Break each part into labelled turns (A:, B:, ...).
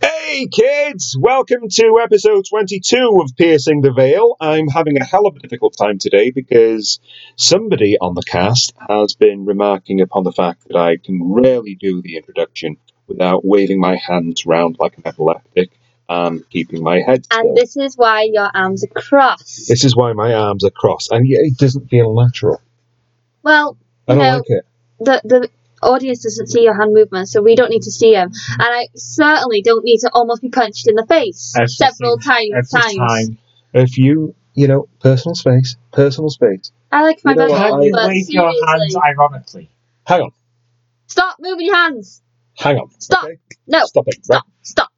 A: Hey kids, welcome to episode 22 of Piercing the Veil. I'm having a hell of a difficult time today because somebody on the cast has been remarking upon the fact that I can rarely do the introduction without waving my hands round like an epileptic and keeping my head still.
B: And this is why your arms are crossed.
A: This is why my arms are crossed, and yet it doesn't feel natural.
B: Well,
A: I don't
B: No.
A: like it.
B: the the audience doesn't see your hand movements, so we don't need to see them. And I certainly don't need to almost be punched in the face
C: Every
B: several times.
C: every
B: times.
C: time.
A: If you, you know, personal space, personal space.
B: I like my
A: You know
B: best
A: what,
B: hand,
C: Can
A: I-
C: you
B: but
C: wave
B: seriously,
C: your hands ironically?
A: Hang on,
B: stop moving your hands.
A: hang on.
B: Stop.
A: okay?
B: No,
A: Stop it.
B: stop, stop.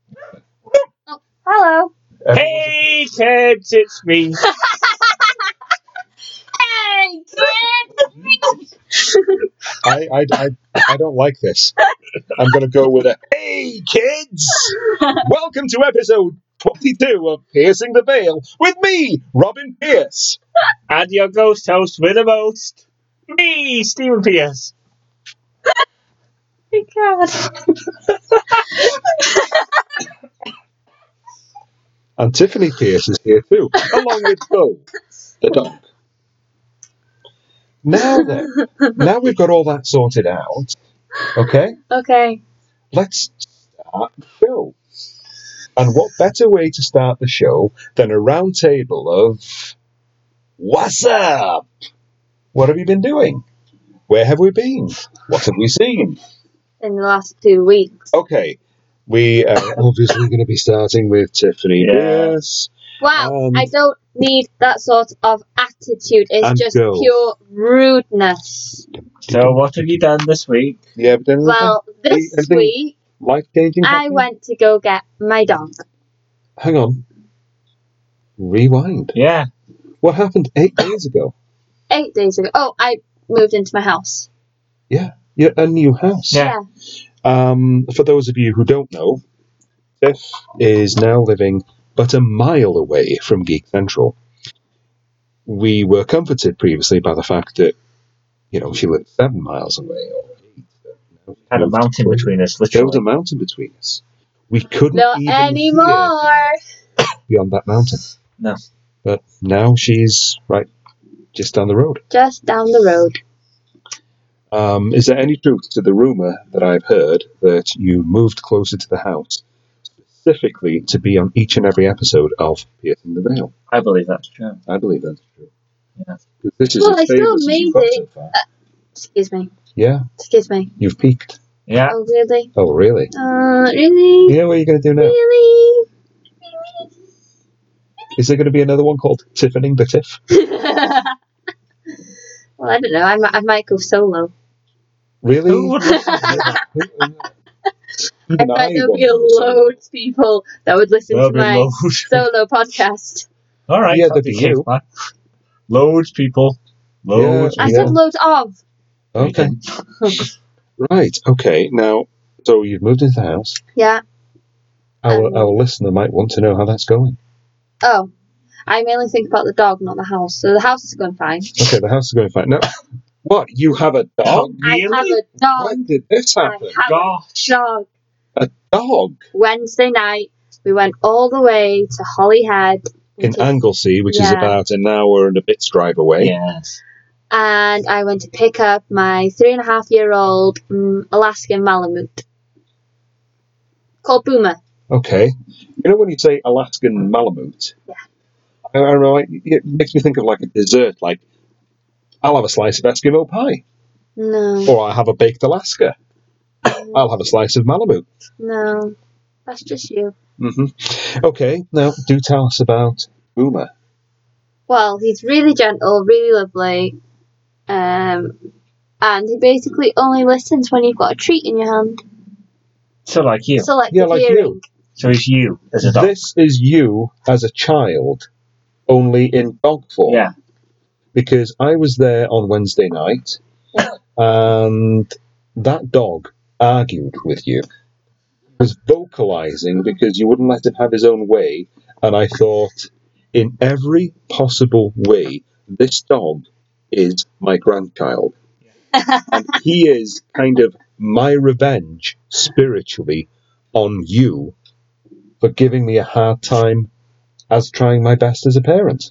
B: Oh, hello.
A: Right.
C: Hey kids, it's me.
B: Hey, kid.
A: I, I, I, I don't like this. I'm going to go with a hey, kids! Welcome to episode 22 of Piercing the Veil with me, Robin Pierce.
C: and your ghost host with the most. Me, Stephen Pierce.
B: My Oh, God.
A: And Tiffany Pierce is here too, along with Bo, the dog. Now then, now we've got all that sorted out, okay?
B: Okay.
A: Let's start the show. And what better way to start the show than a round table of What's up? What have you been doing? Where have we been? What have we seen?
B: In the last two weeks.
A: Okay, we uh, are obviously going to be starting with Tiffany.
C: Yeah.
A: Yes.
B: Wow,
A: Um,
B: I don't need that sort of attitude. It's
A: And
B: just
A: go.
B: pure rudeness.
C: So what have you done this week?
A: Yeah, but then
B: Well, this
A: I think-
B: week
A: life changing.
B: I went to go get my dog.
A: Hang on. Rewind.
C: Yeah.
A: What happened eight days ago?
B: Eight days ago. Oh, I moved into my house.
A: You're a new house.
C: Yeah.
A: Um, for those of you who don't know, Tiff is now living but a mile away from Geek Central. We were comforted previously by the fact that, you know, she lived seven miles away or eight. but now she
C: Had a
A: moved
C: mountain
A: closer.
C: between us,
A: There was a
C: literally.
A: mountain between us. We couldn't
B: Not
A: even hear
B: anymore.
A: beyond that mountain.
C: No.
A: But now she's right just down the road.
B: Just down the road.
A: Um, is there any truth to the rumor that I've heard that you moved closer to the house specifically to be on each and every episode of Piercing the Veil?
C: I believe that's true.
A: I believe that's true.
C: Yeah.
A: 'Cause This is
B: Well,
A: as
B: I still
A: famous as you've
B: made
A: got
B: it.
A: so far.
B: Excuse me.
A: Yeah,
B: Excuse me.
A: you've peaked.
C: Yeah.
B: Oh, really?
A: Oh, really?
B: Uh, really?
A: You know what you're going to do now?
B: Really?
A: Is there going to be another one called Tiffening the Tiff?
B: well, I don't know. I might, I might go solo.
A: Really?
C: Who would listen to that?
B: I bet there'll be a load of people that would listen
C: There'll
B: to
C: be
B: my
C: loads.
B: solo podcast.
C: All right.
A: Yeah,
C: that'd
A: that'd
C: be
A: be
C: safe,
A: you.
C: man. Loads people. Loads.
A: Yeah.
B: I said loads of.
A: Okay. right. Okay. Now, so you've moved into the house.
B: Yeah.
A: Our,
B: Um,
A: our listener might want to know how that's going.
B: Oh. I mainly think about the dog, not the house. So the house is going fine.
A: Okay, the house is going fine. Now, what? You have a dog?
B: I have a dog.
A: When did this
B: I
A: happen?
B: have a
C: Gosh.
B: dog.
A: Dog
B: Wednesday night, we went all the way to Holyhead.
A: in
B: which is-
A: Anglesey, which is
B: Yeah.
A: about an hour and a bit's drive away.
C: Yes.
B: and I went to pick up my three and a half year old mm Alaskan Malamute called Boomer.
A: Okay. You know when you say Alaskan Malamute?
B: Yeah.
A: I, I don't know, it, it makes me think of like a dessert, like I'll have a slice of Eskimo pie,
B: No,
A: or I'll have a baked Alaska.
B: Mm.
A: I'll have a slice of Malamute.
B: no, that's just you.
A: hmm Okay, now do tell us about Boomer.
B: Well, he's really gentle, really lovely, um, and he basically only listens when you've got a treat in your hand.
C: So like you.
B: Selective
A: Yeah, like you.
B: hearing.
C: So it's you as a dog.
A: This is you as a child, only in dog form.
C: Yeah.
A: Because I was there on Wednesday night, and that dog argued with you. He was vocalizing because you wouldn't let him have his own way, and I thought, in every possible way, this dog is my grandchild. and he is kind of my revenge spiritually on you for giving me a hard time as trying my best as a parent.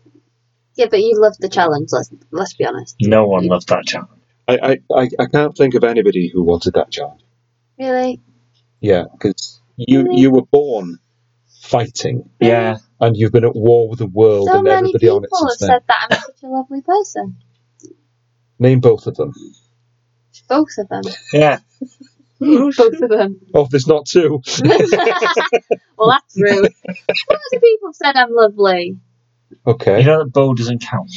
B: Yeah, but you loved the challenge. Let's let's be honest.
D: No one loved that challenge.
A: I, I, I, I can't think of anybody who wanted that challenge.
B: Really?
A: Yeah, because you,
B: Really?
A: you were born fighting,
D: Yeah.
A: and you've been at war with the world
B: so
A: and
B: many
A: everybody on
B: people
A: it
B: have
A: since then.
B: said that I'm such a lovely person.
A: Name both of them.
B: Both of them.
D: Yeah.
B: Both of them.
A: Oh, there's not two.
B: well, that's rude. Lots of people have said I'm lovely.
A: Okay.
D: You know that Bo doesn't count.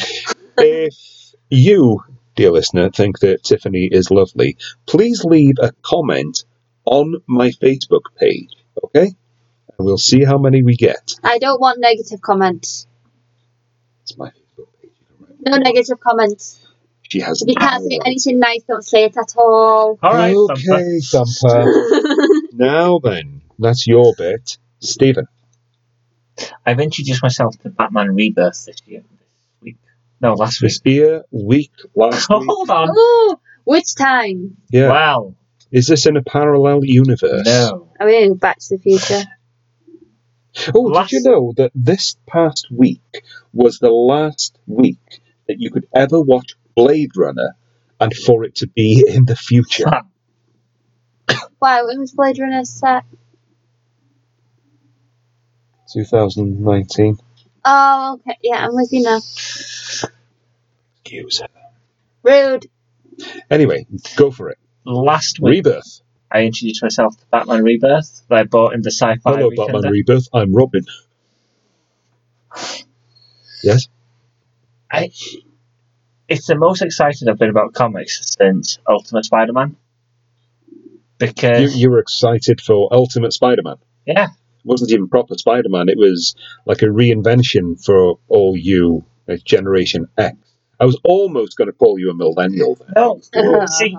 A: if you, dear listener, think that Tiffany is lovely, please leave a comment on my Facebook page, okay? And we'll see how many we get.
B: I don't want negative comments.
A: It's my Facebook page. you know, right?
B: No negative comments.
A: She has
B: If you can't say
A: an
B: anything nice, don't say it at all.
D: All right.
A: hour.
D: Thumper.
A: Okay, Thumper. now then, that's your bit. Stephen.
D: I've introduced myself to Batman Rebirth this year. This week. No, last week.
A: This year, week, last week.
D: Hold on.
B: Ooh, which time?
A: Yeah. Uh,
D: Wow.
A: Is this in a parallel universe?
D: No.
B: I mean, Back to the Future.
A: Oh,
D: Last-
A: did you know that this past week was the last week that you could ever watch Blade Runner and for it to be in the future?
B: Wow, it was Blade Runner set.
A: 2019.
B: Oh, okay. Yeah, I'm with you now.
A: Excuse.
B: Rude.
A: Anyway, go for it.
D: Last week,
A: Rebirth.
D: I introduced myself to Batman Rebirth that I bought in the sci-fi
A: Hello,
D: weekender.
A: Batman Rebirth. I'm Robin. Yes?
D: it's the most excited I've been about comics since Ultimate Spider-Man.
A: You,
D: Because
A: you were excited for Ultimate Spider Man.
D: yeah,
A: It wasn't even proper Spider Man, it was like a reinvention for all you, uh, Generation X. I was almost going to call you a millennial then.
D: no, Oh, see,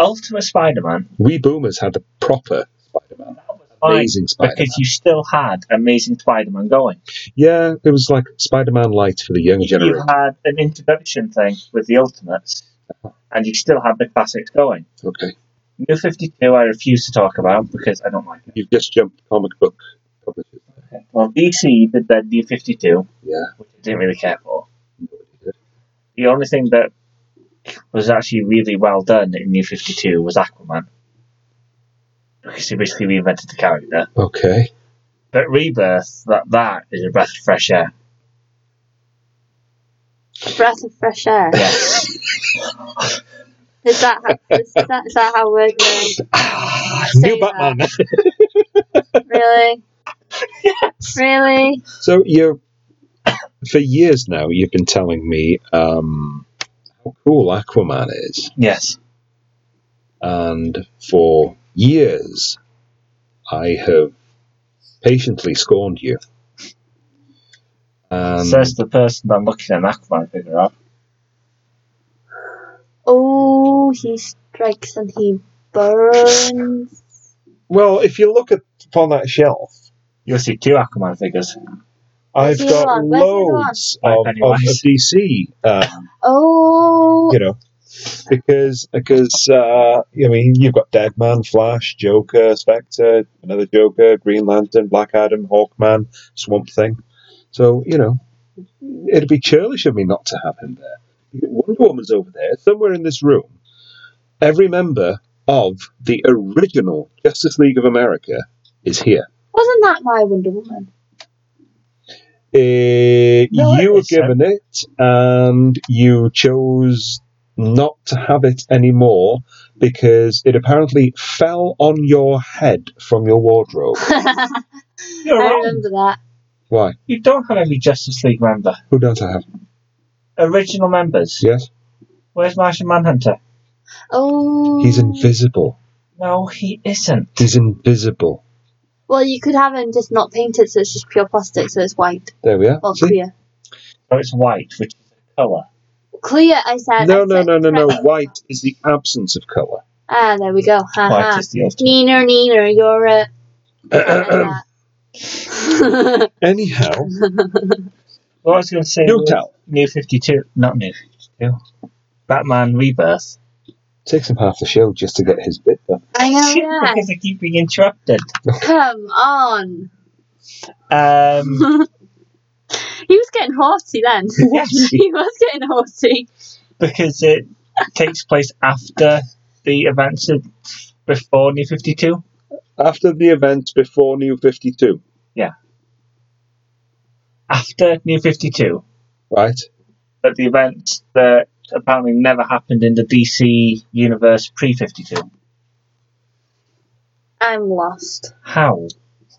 D: Ultimate Spider-Man
A: We boomers had the proper Spider Man.
D: was fine
A: Amazing Spider Man.
D: because you still had Amazing Spider-Man going.
A: Yeah, it was like Spider Man Light for the younger
D: You
A: generation.
D: had an introduction thing with the Ultimates, and you still had the classics going.
A: Okay.
D: New Fifty Two, I refuse to talk about because I don't like it.
A: You've just jumped comic book publishers.
D: Well, DC did their New Fifty Two,
A: Yeah.
D: which I didn't really care for. The only thing that was actually really well done in New 52 was Aquaman. Because he basically reinvented the character.
A: Okay.
D: But Rebirth, that, that is a breath of fresh air.
B: A breath of fresh air.
D: Yes.
B: Is that how, is that, is that how we're going to Oh, say that? Really? Really?
A: So you, for years now, you've been telling me um, how cool Aquaman is,
D: yes.
A: and for years, I have patiently scorned you. Um,
D: Says the person I'm looking at an Aquaman figure up.
B: Oh, he strikes and he burns.
A: well, if you look at upon that shelf,
D: You'll see two Aquaman figures.
A: I've
B: Where's the
A: got
B: other one? Where's the other one?
A: loads of, of, of
D: Pennywise.
A: DC um,
B: Oh,
A: you know, because because uh, I mean, you've got Deadman, Flash, Joker, Spectre, another Joker, Green Lantern, Black Adam, Hawkman, Swamp Thing. So you know, it'd be churlish of me not to have him there. Wonder Woman's over there, somewhere in this room. Every member of the original Justice League of America is here.
B: wasn't that my Wonder Woman?
A: Eh,
D: No,
A: you were
D: it's, uh,
A: given it, and you chose not to have it anymore because it apparently fell on your head from your wardrobe.
B: I
D: You're wrong.
B: remember that.
A: Why?
D: You don't have every Justice League member.
A: Who don't I have?
D: Original members.
A: Yes,
D: Where's Martian Manhunter?
B: Oh,
A: he's invisible.
D: No, he isn't.
A: He's invisible.
B: Well, you could have him just not painted, so it's just pure plastic, so it's white
A: There we are.
B: or
A: See?
B: clear.
D: So it's white, which is a colour.
B: Clear, I said.
A: No,
B: I
A: no,
B: said
A: no, no, no.
B: correctly.
A: White is the absence of color.
B: Ah, there we go. Ha
D: White
B: ha.
D: is the ultimate.
B: Neener, neener, you're a. that.
A: Anyhow,
D: What I was going to say
A: you
D: was-
A: tell.
D: New 52, not New 52, Batman Rebirth.
A: Takes him half the show just
B: Oh,
A: to get his bit done.
B: I know, yeah.
D: because I keep being interrupted.
B: Come on.
C: Um,
B: He was getting haughty then.
C: Yes.
B: he was getting haughty.
C: because it takes place after the events of before New 52.
A: After the events before New 52,
C: After New 52,
A: right?
D: But the events that apparently never happened in the DC universe pre 52.
B: I'm lost.
D: How?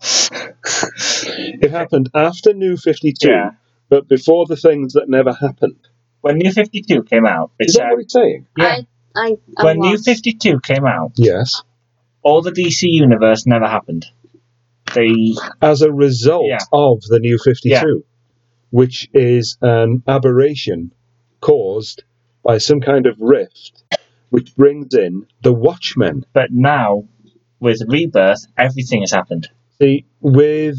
A: It happened after New 52,
D: Yeah.
A: but before the things that never happened.
D: When New 52 came out, it
A: Is that
D: said,
A: what it's saying?
D: yeah,
B: I, I, I'm
D: when New
B: lost.
D: 52 came out,
A: Yes.
D: all the DC universe never happened. They
A: As a result
D: Yeah.
A: of the New 52,
D: Yeah.
A: which is an aberration caused by some kind of rift, which brings in the Watchmen.
D: but now with Rebirth, everything has happened.
A: See, with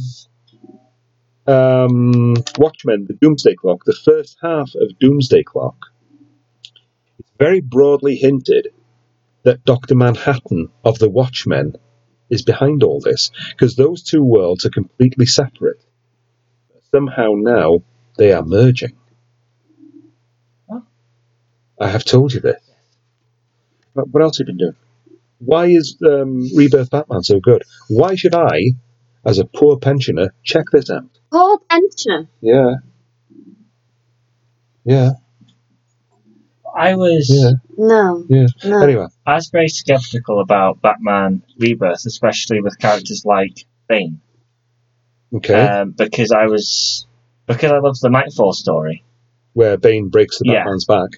A: um, Watchmen, the Doomsday Clock, the first half of Doomsday Clock, it's very broadly hinted that Dr. Manhattan of the Watchmen is behind all this, because those two worlds are completely separate. Somehow now they are merging.
D: What?
A: I have told you this. What what else have you been doing? Why is um, Rebirth Batman so good? Why should I, as a poor pensioner, check this out?
B: Paul Pensioner.
A: Yeah. Yeah,
D: I was
A: yeah,
B: No,
A: yeah.
B: no.
A: Anyway,
D: I was very skeptical about Batman Rebirth, especially with characters like Bane,
A: okay.
D: um, because I was because I loved the Nightfall story.
A: Where Bane breaks the
D: yeah.
A: Batman's back.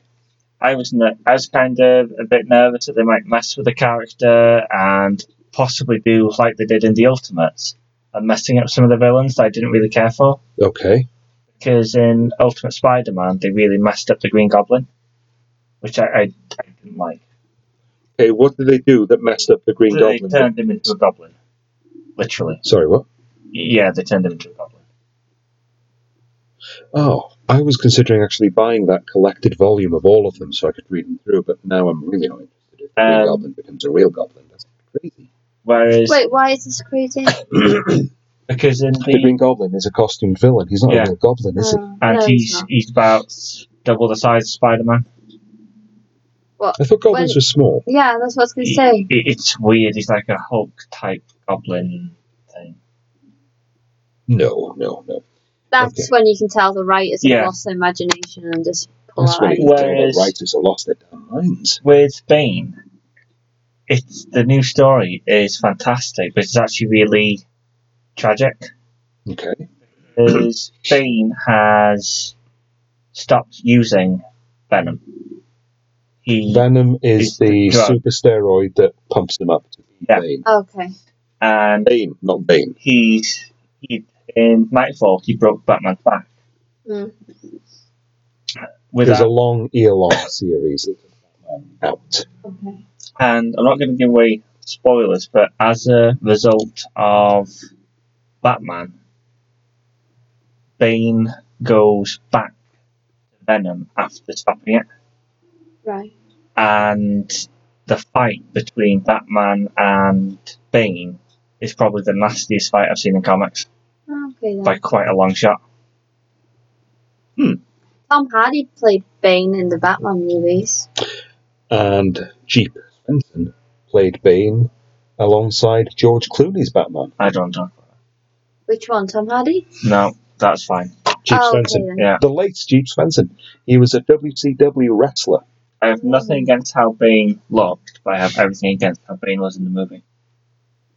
D: I was ner- I was kind of a bit nervous that they might mess with the character and possibly do like they did in the Ultimates and messing up some of the villains that I didn't really care for.
A: Okay.
D: Because in Ultimate Spider-Man, they really messed up the Green Goblin, which I, I, I didn't like.
A: Okay, what did they do that messed up the Green
D: They
A: Goblin?
D: turned him into a goblin, literally.
A: Sorry, what?
D: Yeah, they turned him into a goblin.
A: Oh, I was considering actually buying that collected volume of all of them so I could read them through, but now I'm really not interested. If the Green
D: Um,
A: Goblin becomes a real goblin, that's crazy.
D: Whereas
B: Wait, why is this crazy?
D: because in
A: The
D: the
A: Green Goblin is a costumed villain. He's not
D: Yeah.
A: a real goblin, is he?
B: Oh,
D: and
B: no, it's
D: he's
B: not.
D: he's about double the size of Spider-Man.
A: I thought goblins
B: When-
A: were small.
B: Yeah, that's what I was going to
D: It,
B: say.
D: it's weird. He's like a Hulk type goblin thing.
A: No, no, no.
B: That's
A: Okay.
B: when you can tell the writers have
D: Yeah.
B: lost their imagination and just pull
A: That's what
B: out
A: it is.
B: ideas.
D: Well-
A: The
D: Whereas-
A: writers have lost their damn minds.
D: with Bane, it's the new story is fantastic, but it's actually really tragic.
A: Okay.
D: Because Bane has stopped using venom. He
A: Venom is
D: It's the
A: the
D: drug.
A: super steroid that pumps them up to be
D: Yeah.
A: Bane.
B: Okay.
D: and
A: Bane, not Bane.
D: he's he in Nightfall he broke Batman's back
B: Mm.
D: with
A: There's
D: that.
A: a long, year long series of Batman out.
B: Okay.
D: and I'm not going to give away spoilers, but as a result of Batman, Bane goes back to Venom after stopping it,
B: Right.
D: and the fight between Batman and Bane is probably the nastiest fight I've seen in comics
B: Okay then.
D: by quite a long shot.
B: Tom Hardy played Bane in the Batman movies.
A: And Jeep Benson played Bane alongside George Clooney's Batman.
D: I don't know.
B: Which one, Tom Hardy?
D: No, that's fine.
A: Jeep
B: oh, okay
A: Benson.
B: then.
D: Yeah,
A: The late Jeep Benson. He was a WCW wrestler.
D: I have nothing against how Bane looked, but I have everything against how Bane was in the movie.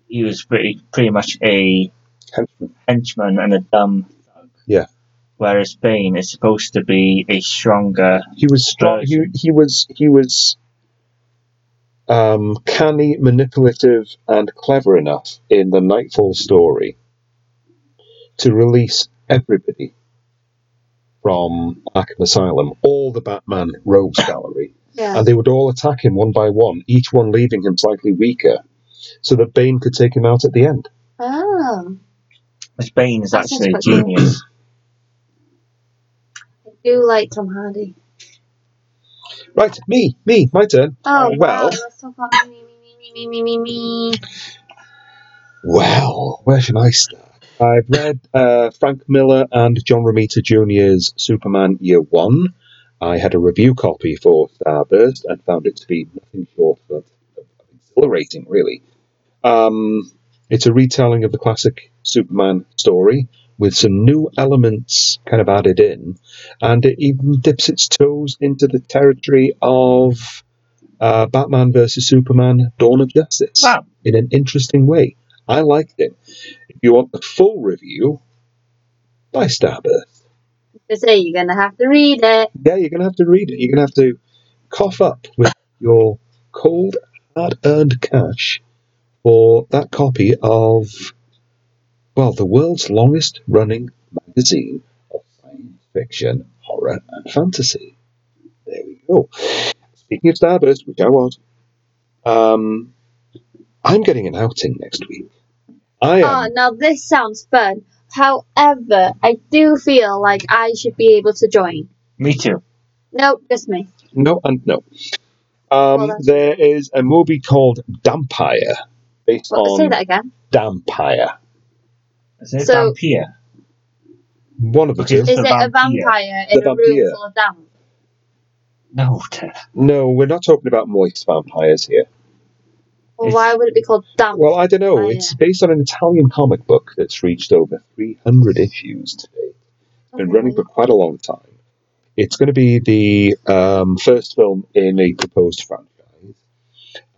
D: He was pretty pretty much a
A: Henchman.
D: henchman and a dumb thug.
A: Yeah.
D: Whereas Bane is supposed to be a stronger.
A: He was strong. He, he was he was um, canny, manipulative, and clever enough in the Nightfall story to release everybody from Arkham Asylum, all the Batman rogues gallery,
B: Yeah.
A: and they would all attack him one by one, each one leaving him slightly weaker, so that Bane could take him out at the end.
B: Oh.
D: Because Bane is
B: That sounds
D: actually a
B: quite cool.
D: genius.
B: I do like Tom Hardy.
A: Right, me, me, my turn.
B: Oh,
A: well.
B: wow, that's so funny. Me, me, me, me, me, me, me.
A: Well, where should I start? I've read uh, Frank Miller and John Romita Jr.'s Superman Year One. I had a review copy for Starburst and found it to be nothing short of of exhilarating, really. Um, it's a retelling of the classic Superman story with some new elements kind of added in, and it even dips its toes into the territory of uh, Batman versus Superman: Dawn of Justice
C: Wow.
A: in an interesting way. I liked it. If you want the full review, buy Starburst.
B: They say you're going to have to read it.
A: Yeah, you're going to have to read it. You're going to have to cough up with your cold, hard earned cash for that copy of, well, the world's longest running magazine of science fiction, horror, and fantasy. There we go. Speaking of Starburst, which I was, um, I'm getting an outing next week. I am
B: Oh, now this sounds fun. However, I do feel like I should be able to join.
D: Me too.
B: Nope, just me.
A: No and no.
B: Well,
A: Um,
B: that's-
A: there is a movie called Dampire, based
B: Well, say
A: on
B: that again.
A: Dampire.
D: Is it
B: So-
D: vampire?
A: One of the
D: Okay.
A: two.
B: Is
D: a
B: it a
D: vampire.
B: vampire in
A: The
B: a room
A: vampire.
B: full of damp?
D: No, Ted.
A: No, we're not talking about moist vampires here.
B: Well,
D: It's-
B: why would it be called damp?
A: Well, I don't know.
B: Vampire.
A: It's based on an Italian comic book that's reached over 300 issues today. It's been running for quite a long time. It's going to be the um, first film in a proposed franchise.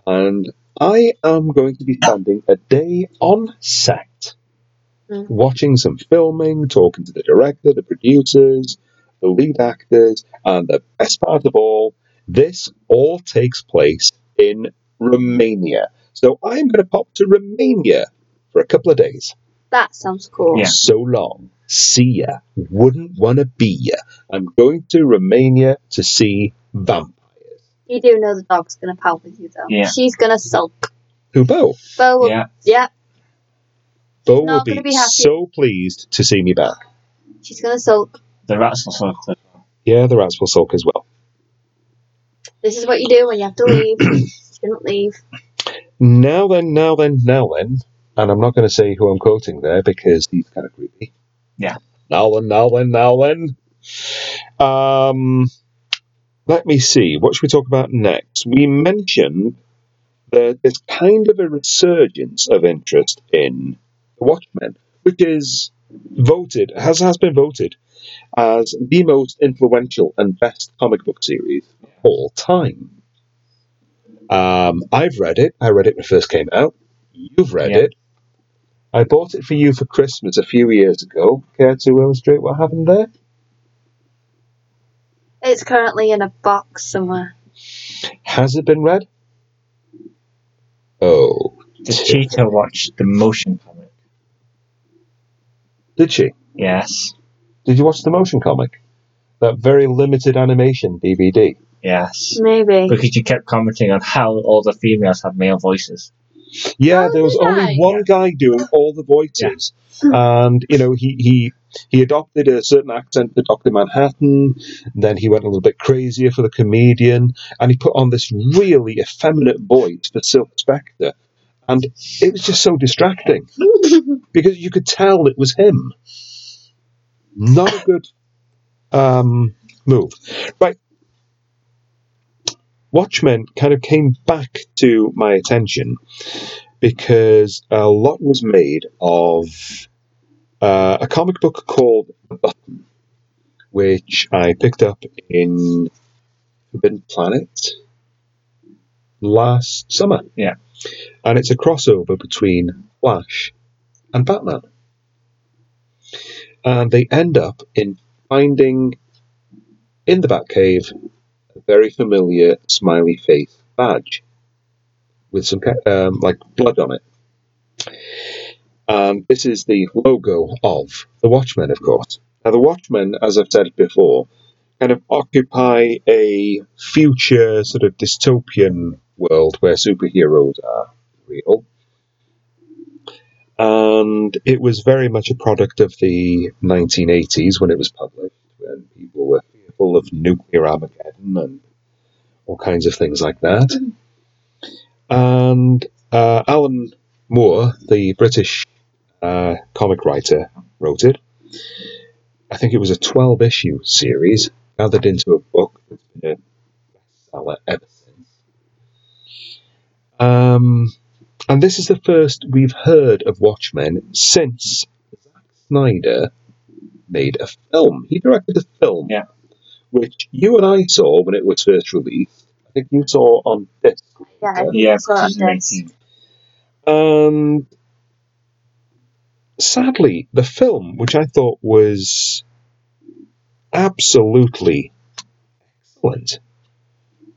A: And I am going to be spending a day on set,
B: Mm.
A: watching some filming, talking to the director, the producers, the lead actors, and the best part of all, this all takes place in Romania. So I'm going to pop to Romania for a couple of days.
B: That sounds cool.
D: Yeah.
A: So long. See ya. Wouldn't wanna be ya. I'm going to Romania to see Vamp.
B: You do know the dog's gonna pout with you though.
D: Yeah.
B: She's gonna sulk.
A: Who Bo?
B: Bo will,
D: Yeah.
B: yeah,
A: Bo
B: She's
A: will
B: not
A: be,
B: gonna be happy.
A: so pleased to see me back.
B: she's gonna sulk.
D: The rats are so clever.
A: Yeah, the rats will sulk as well.
B: This is what you do when you have to leave. you shouldn't leave.
A: Now then, now then, now then, and I'm not going to say who I'm quoting there because he's kind of creepy.
D: Yeah.
A: Now then, now then, now then. Um, let me see. What should we talk about next? We mentioned that there's kind of a resurgence of interest in The Watchmen, which is voted has has been voted as the most influential and best comic book series of all time. Um, I've read it. I read it when it first came out. You've read
D: Yeah.
A: it. I bought it for you for Christmas a few years ago. Care to illustrate what happened there?
B: It's currently in a box somewhere.
A: Has it been read? Oh,
D: Did Cheetah watch the motion comic?
A: did she?
D: Yes.
A: Did you watch the motion comic? That very limited animation DVD.
D: Yes.
B: Maybe.
D: Because you kept commenting on how all the females have male voices.
A: Yeah,
B: Oh,
A: there was
B: did
A: only
B: I?
A: one guy doing all the voices, and you know he he he adopted a certain accent for Doctor Manhattan. Then he went a little bit crazier for the comedian, and he put on this really effeminate voice for Silk Spectre, and it was just so distracting because you could tell it was him. Not a good um, move, right? Watchmen kind of came back to my attention because a lot was made of uh, a comic book called The Button, which I picked up in Forbidden Planet last summer.
D: Yeah.
A: And it's a crossover between Flash and Batman. And they end up in finding in the Batcave a very familiar smiley face badge with some ki- um, like blood on it. Um, this is the logo of the Watchmen, of course. Now, the Watchmen, as I've said before, kind of occupy a future sort of dystopian world where superheroes are real. And it was very much a product of the 1980s when it was published, when people were fearful of nuclear Armageddon and all kinds of things like that. And uh, Alan Moore, the British uh, comic writer wrote it. I think it was a 12 issue series gathered into a book that's been a bestseller ever since. Um, and this is the first we've heard of Watchmen since Zack Snyder made a film. He directed a film,
D: Yeah.
A: which you and I saw when it was first released. I think you saw on disc.
B: Yeah, I think
D: Yeah,
B: that's what I'm doing.
D: 2018.
A: Um, sadly, the film, which I thought was absolutely excellent,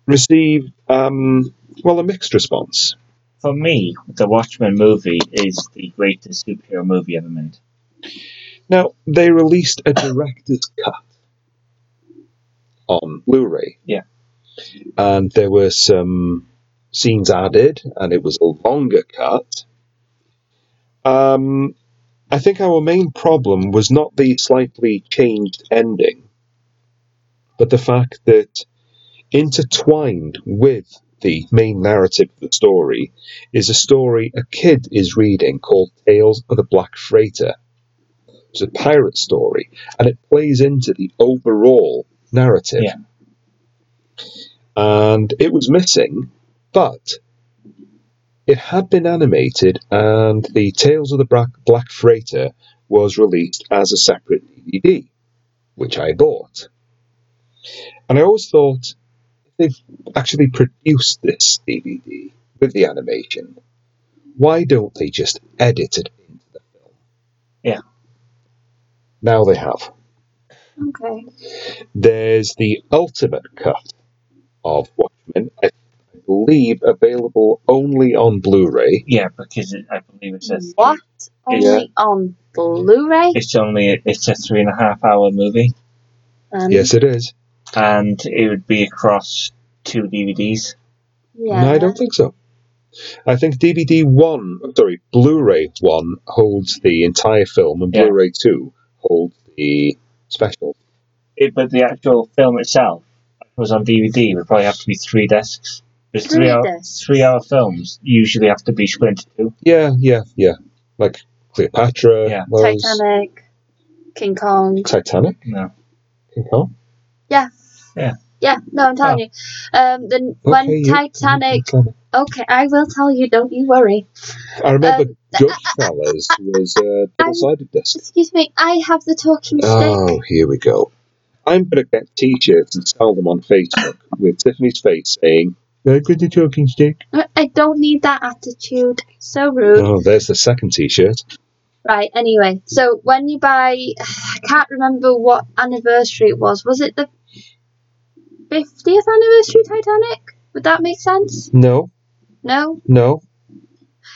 A: received um, well a mixed response.
D: For me, the Watchmen movie is the greatest superhero movie ever made.
A: Now they released a director's cut on Blu-ray.
D: Yeah.
A: and there were some scenes added, and it was a longer cut. Um, I think our main problem was not the slightly changed ending, but the fact that intertwined with the main narrative of the story is a story a kid is reading called Tales of the Black Freighter. It's a pirate story, and it plays into the overall narrative.
D: Yeah.
A: And it was missing, but it had been animated, and the Tales of the Black, Black Freighter was released as a separate DVD, which I bought. And I always thought if they've actually produced this DVD with the animation. Why don't they just edit it into the film?
D: Yeah.
A: Now they have.
B: Okay.
A: There's the ultimate cut of Watchmen, I I believe available only on Blu ray.
D: Yeah, because it, I believe it says
B: What? Only on Blu-ray?
D: it's only it's a three and a half hour movie,
B: Um,
A: Yes, it is.
D: and it would be across two DVDs.
B: Yeah.
A: No, I don't think so. I think DVD one, sorry, Blu-ray one holds the entire film, and
D: Yeah.
A: Blu-ray two holds the special.
D: It, but the actual film itself was on DVD. It would probably have to be three discs. Because
B: Three
D: three hour,
B: discs.
D: three hour films usually have to be split into two.
A: Yeah, yeah, yeah. Like Cleopatra,
D: Yeah.
A: those-
B: Titanic, King Kong.
A: Titanic,
D: No.
A: King Kong.
B: Yeah, no, I'm
D: Oh.
B: telling you. Um, then when
A: Okay, yeah,
B: Titanic.
A: Titanic.
B: Okay, I will tell you. Don't you worry.
A: I remember
B: Um,
A: Goodfellas was a double-sided disc.
B: Excuse me. I have the talking stick.
A: Oh, here we go. I'm going to get T-shirts and sell them on Facebook with Tiffany's face saying, "Very good at talking stick."
B: I don't need that attitude. So rude.
A: Oh, there's the second T-shirt.
B: Right, anyway, so when you buy, I can't remember what anniversary it was. Was it the 50th anniversary Titanic? Would that make sense?
A: No,
B: No?
A: no,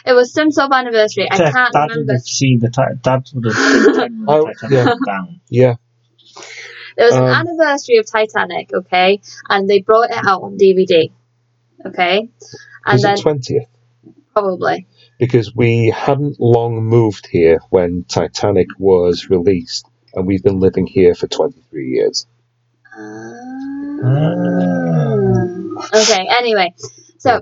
B: It was some sort of anniversary. I
D: Dad-
B: can't
D: Dad would
B: remember.
D: have seen the ti- Dad would have seen the Titanic
A: Oh, yeah.
D: down.
A: yeah.
B: There was
A: um,
B: an anniversary of Titanic, okay? And they brought it out on DVD, okay? And
A: was
B: then
A: it twentieth?
B: probably.
A: because we hadn't long moved here when Titanic was released, and we've been living here for 23 years. Uh.
B: Ah. uh, Okay, anyway. So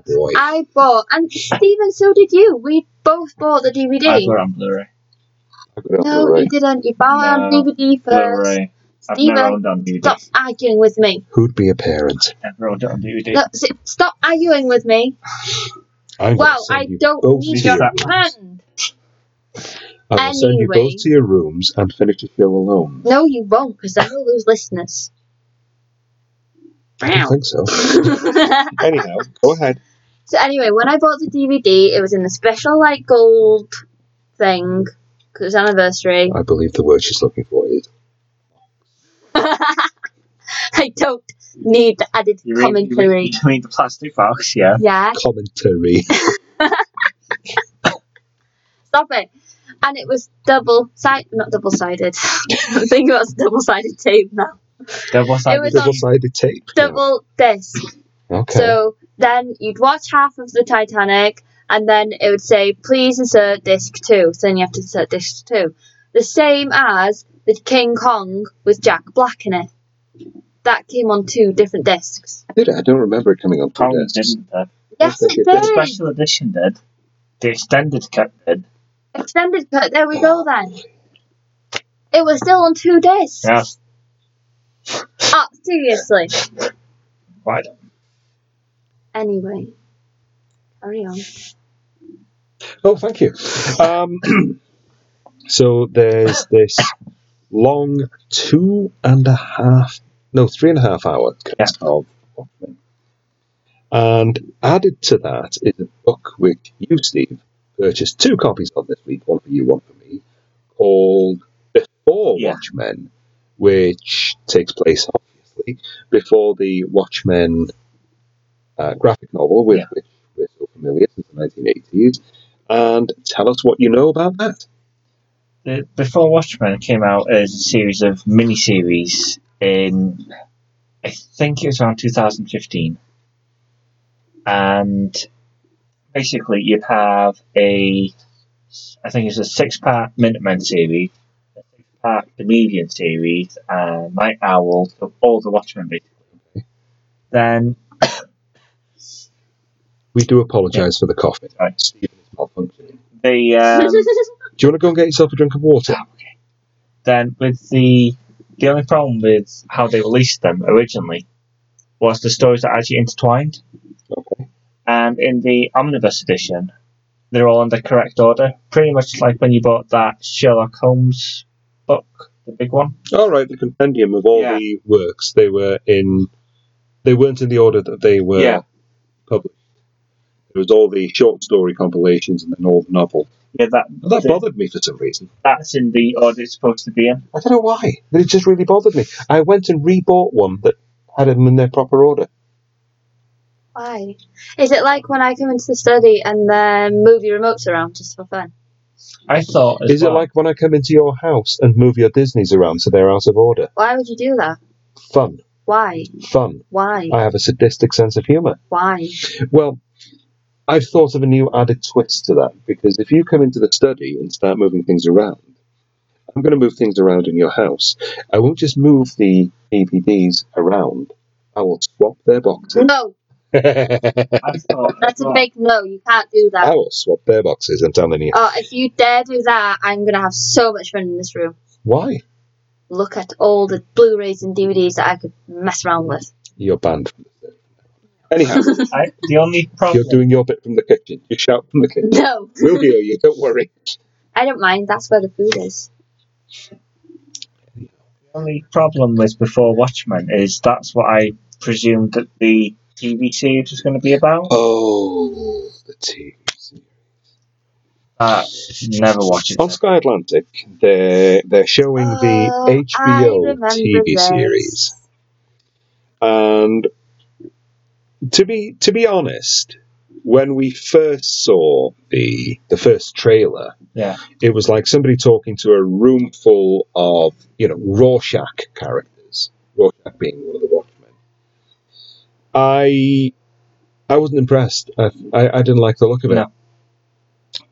A: oh boy.
B: I bought, and Stephen, so did you. We both bought the DVD.
D: I got it on Blu-ray.
A: I've got it on
B: No,
A: Blu-ray.
B: you didn't. You bought
D: No.
B: on DVD 1st
D: Blu-ray. I've never
B: Steven,
D: owned it on DVD.
B: stop arguing with me.
A: Who'd be a parent?
D: Never owned it on DVD.
B: Look, s- stop arguing with me.
A: I'm gonna
B: Well,
A: send
B: I
A: you
B: don't
A: both
B: need
A: to
B: your
A: your,
D: that much.
B: hand.
A: I'm gonna send you
B: Anyway.
A: both to your rooms and finish the show alone.
B: No, you won't, because then we'll lose listeners.
A: I don't
B: Wow.
A: think so.
B: so
A: Anyhow, go ahead.
B: anyway, when I bought the DVD, it was in the special like gold thing because it's anniversary.
A: I believe the word she's looking for is.
B: I don't need the added
D: You read, you,
B: commentary.
D: read, you read the plastic box, yeah.
B: Yeah,
A: Commentary.
B: Stop it. And it was double side, not double sided. I'm thinking about double sided tape now.
D: Double
B: It
D: sided.
B: was on-
A: Double sided tape.
B: Double disc.
A: Yeah. Okay.
B: So then you'd watch half of the Titanic, and then it would say, please insert disc two. So then you have to insert disc two. The same as the King Kong with Jack Black in it. That came on two different discs.
A: Did it? I don't remember it coming on two
D: Kong
A: discs.
D: didn't. Dad.
B: Yes,
A: Yes,
B: it
A: they did.
D: The
B: did.
D: special edition did. The extended cut did.
B: Extended cut. There we go then. It was still on two discs.
D: Yeah.
B: Ah, seriously.
D: Right.
B: Anyway, carry on.
A: Oh, thank you. Um, so there's this long two and a half, no, three and a half hour cast of Watchmen. And added to that is a book which you, Steve, purchased two copies of this week, one for you, one for me, called Before
D: Yeah.
A: Watchmen, which takes place, obviously, before the Watchmen uh, graphic novel with
D: Yeah.
A: which we're so familiar since the 1980s. And tell us what you know about that.
D: The, before Watchmen came out as a series of miniseries in, I think it was around 2015. And basically, you'd have a, I think it's a six part Minutemen series, a six part Comedian series, and Night Owl, so all the Watchmen basically. Then
A: We do apologise for the coughing.
D: Right.
A: Stephen is malfunctioning.
D: the. Um,
A: Do you want to go and get yourself a drink of water?
D: then with the the only problem with how they released them originally was the stories that actually intertwined.
A: Okay.
D: And in the omnibus edition, they're all in the correct order, pretty much like when you bought that Sherlock Holmes book, the big one.
A: All right, the compendium of all
D: Yeah.
A: the works. They were in. They weren't in the order that they were
D: Yeah.
A: published. There was all the short story compilations and then all the novel.
D: Yeah, that,
A: That bothered me for some reason.
D: that's in the order it's supposed to be in.
A: I don't know why. It just really bothered me. I went and re-bought one that had them in their proper order.
B: Why? Is it like when I come into the study and the movie remotes around just for fun?
D: I thought as
A: Is
D: well,
A: it like when I come into your house and move your Disneys around so they're out of order?
B: Why would you do that?
A: Fun,
B: Why?
A: fun.
B: Why?
A: I have a sadistic sense of humour.
B: Why?
A: Well, I've thought of a new added twist to that because if you come into the study and start moving things around, I'm going to move things around in your house. I won't just move the DVDs around. I will swap their boxes.
B: No,
A: I
D: I thought as
B: that's a
D: well,
B: big no. You can't do that.
A: will swap their boxes. I'm telling you.
B: Oh, if you dare do that, I'm gonna have so much fun in this room.
A: Why?
B: Look at all the Blu-rays and DVDs that I could mess around with.
A: You're banned from the Anyhow,
D: I, the only problem
A: you're doing your bit from the kitchen. You shout from the kitchen.
B: No,
A: We'll hear you. Don't worry.
B: I don't mind. That's where the food is.
D: The only problem with Before Watchmen is that's what I presumed that the TV series was going to be about.
A: Oh, the TV series.
D: Uh, never watch it.
A: On Sky Atlantic, they're, they're showing
B: Oh,
A: the
B: I
A: HBO
B: remember
A: TV
B: this.
A: series. And to be to be honest, when we first saw the the first trailer,
D: Yeah.
A: it was like somebody talking to a room full of, you know, Rorschach characters. Rorschach being one of the Watchmen. I I wasn't impressed. I, I, I didn't like the look of it.
D: No.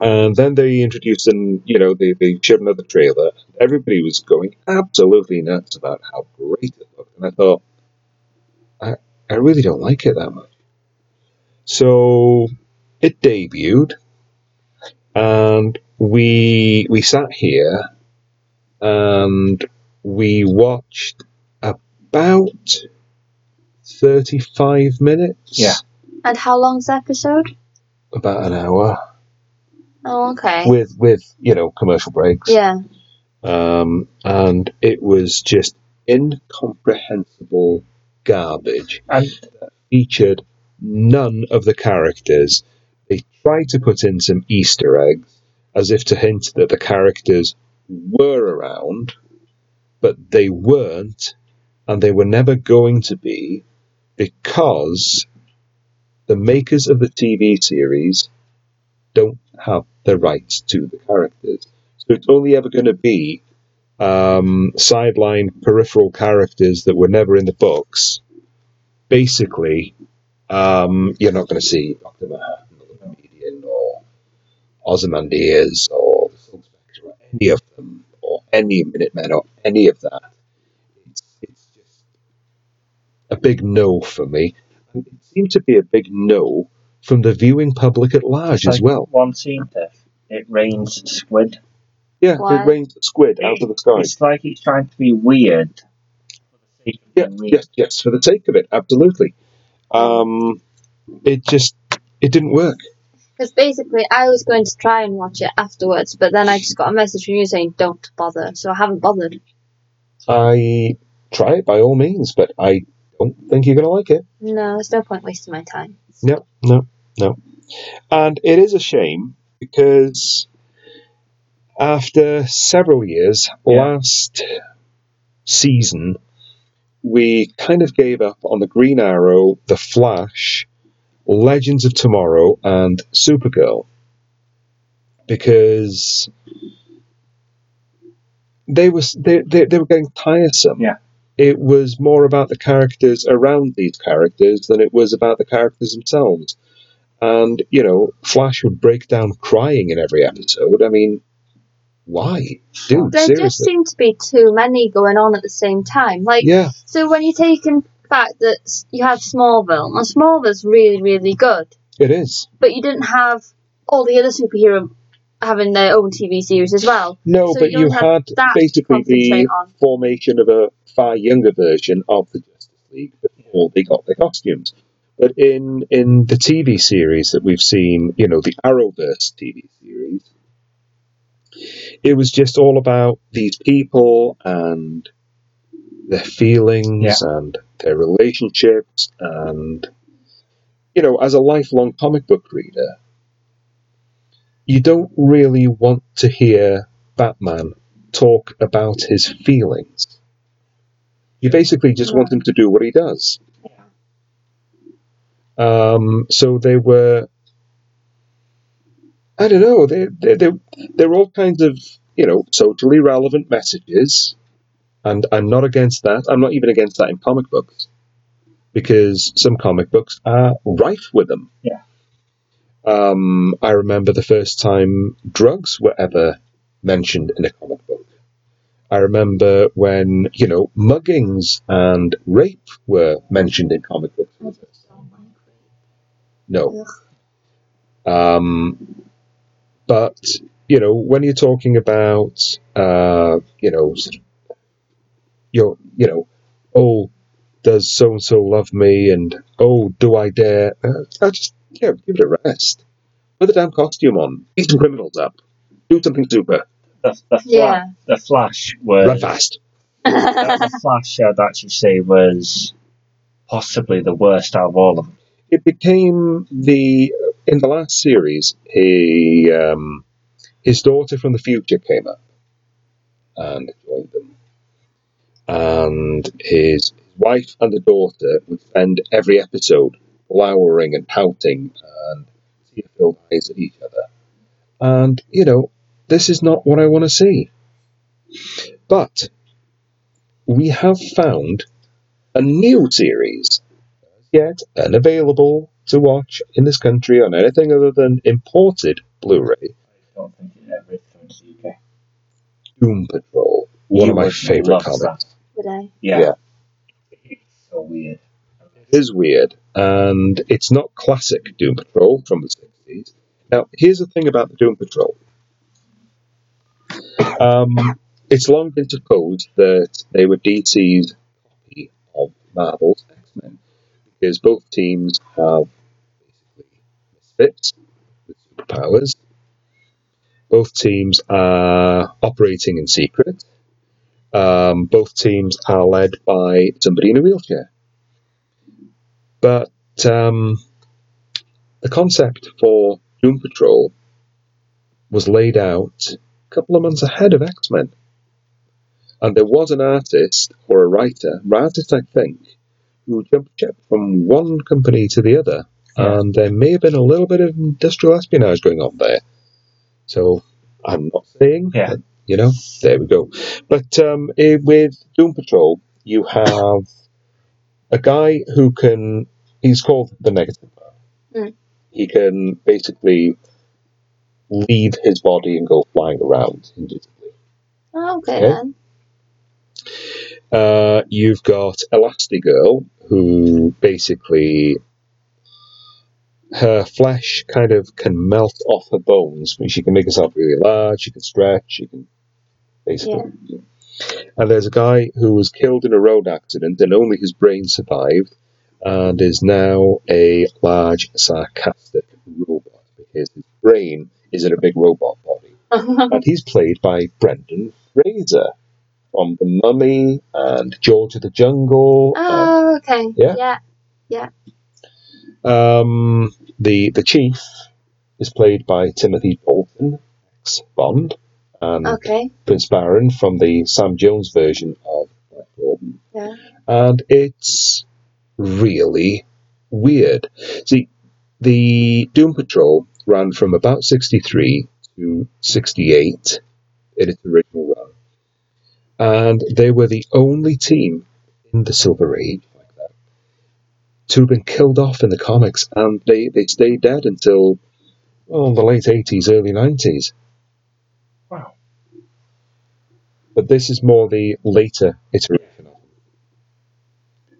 A: And then they introduced and you know, they, they showed another trailer. Everybody was going absolutely nuts about how great it looked. And I thought, I, I really don't like it that much. So it debuted and we we sat here and we watched about 35 minutes
D: Yeah.
B: And how long's the episode?
A: about an hour
B: Oh, okay.
A: with with you know commercial breaks
B: Yeah.
A: um, and it was just incomprehensible garbage
D: And
A: featured none of the characters they tried to put in some easter eggs as if to hint that the characters were around but they weren't and they were never going to be because the makers of the TV series don't have the rights to the characters. So it's only ever going to be um, sideline peripheral characters that were never in the books. Basically, um, you're not going to see Dr. Manhattan or the comedian or Ozymandias or the Silk Spectre or any of them or any Minutemen or any of that. It's, it's just a big no for me. And it seemed to be a big no from the viewing public at large
D: it's
A: as
D: like
A: well.
D: One scene death. It rains squid.
A: Yeah,
B: Why?
A: it rains squid out of the sky.
D: It's like it's trying to be weird. For the sake of
A: Yeah,
D: being weird.
A: yes, yes, for the sake of it, absolutely. Um, it just it didn't work.
B: Because basically, I was going to try and watch it afterwards, but then I just got a message from you saying don't bother, so I haven't bothered.
A: I try it by all means, but I don't think you're going to like it.
B: No, there's no point wasting my time.
A: No, no, no. And it is a shame because after several years,
D: Yeah.
A: last season, we kind of gave up on the Green Arrow, the Flash, Legends of Tomorrow, and Supergirl because they were they, they, they were getting tiresome.
D: Yeah.
A: It was more about the characters around these characters than it was about the characters themselves. And, you know, Flash would break down crying in every episode. I mean, why? Dude,
B: There just
A: seriously.
B: seem to be too many going on at the same time. Like,
A: Yeah,
B: so when you take in fact that s- you had Smallville, and Smallville's really, really good,
A: it is.
B: but you didn't have all the other superhero having their own TV series as well.
A: No,
B: So
A: but
B: you'll
A: you
B: have
A: had
B: that to
A: basically the
B: concentrate on.
A: formation of a far younger version of the Justice League before they got their costumes. But in in the TV series that we've seen, you know, the Arrowverse TV series, it was just all about these people and their feelings and their relationships and you know, as a lifelong comic book reader, you don't really want to hear Batman talk about his feelings. You basically just want him to do what he does. Um, so they were, I don't know, they they they they're all kinds of you know socially relevant messages, and I'm not against that. I'm not even against that in comic books, because some comic books are rife with them.
D: Yeah.
A: Um, I remember the first time drugs were ever mentioned in a comic book. I remember when, you know, muggings and rape were mentioned in comic books. for the first time. No. Um, but, you know, when you're talking about, uh, you know, sort of- you're, you know, oh, does so and so love me? And, oh, do I dare? Uh, I just, yeah, give it a rest. Put the damn costume on. Beat some criminals up. Do something super.
D: The, the, fla-
B: Yeah.
D: the Flash
A: Run
D: was.
A: fast.
D: the, the Flash, I'd actually say, was possibly the worst out of all of them.
A: it became the in the last series he um, his daughter from the future came up and joined them and his wife and the daughter would spend every episode glowering and pouting and tear-filled eyes at each other and you know this is not what i want to see but we have found a new series yet unavailable to watch in this country on anything other than imported Blu-ray.
D: I don't think it ever came to the UK.
A: Doom Patrol, one
D: You
A: of my
D: would
A: favorite
D: love
A: comics.
D: that.
B: Would I?
D: Yeah.
A: Yeah.
D: It's so weird.
A: It is weird, and it's not classic Doom Patrol from the sixties. Now, here's the thing about the Doom Patrol. Um, it's long been supposed that they were DC's copy of Marvel's X-Men, because both teams have basically misfits with superpowers. Both teams are operating in secret. Um, both teams are led by somebody in a wheelchair. But um, the concept for Doom Patrol was laid out a couple of months ahead of X Men. And there was an artist or a writer, an artist I think, who jumped ship from one company to the other.
D: Yeah.
A: And there may have been a little bit of industrial espionage going on there. So I'm not saying,
D: Yeah.
A: but, you know, there we go. But um, eh, with Doom Patrol, you have a guy who can, he's called the Negative Man.
B: Mm.
A: He can basically leave his body and go flying around. invisibly.
B: Oh, okay
A: Yeah.
B: then.
A: Uh, you've got Elastigirl, who basically her flesh kind of can melt off her bones. I mean, she can make herself really large, she can stretch, she can basically. And there's a guy who was killed in a road accident and only his brain survived and is now a large sarcastic robot because his brain is in a big robot body. and he's played by Brendan Fraser from The Mummy and George of the Jungle. and
B: Oh, okay.
A: Yeah.
B: Yeah.
A: Um, the the chief is played by Timothy Dalton, ex Bond, and
B: Okay.
A: Prince Baron from the Sam Jones version of Black Gordon,
B: Yeah.
A: and it's really weird. See, the Doom Patrol ran from about sixty three to sixty eight in its original run, and they were the only team in the Silver Age like that to have been killed off in the comics, and they, they stayed dead until well, the late 80s, early 90s.
C: Wow.
A: But this is more the later iteration of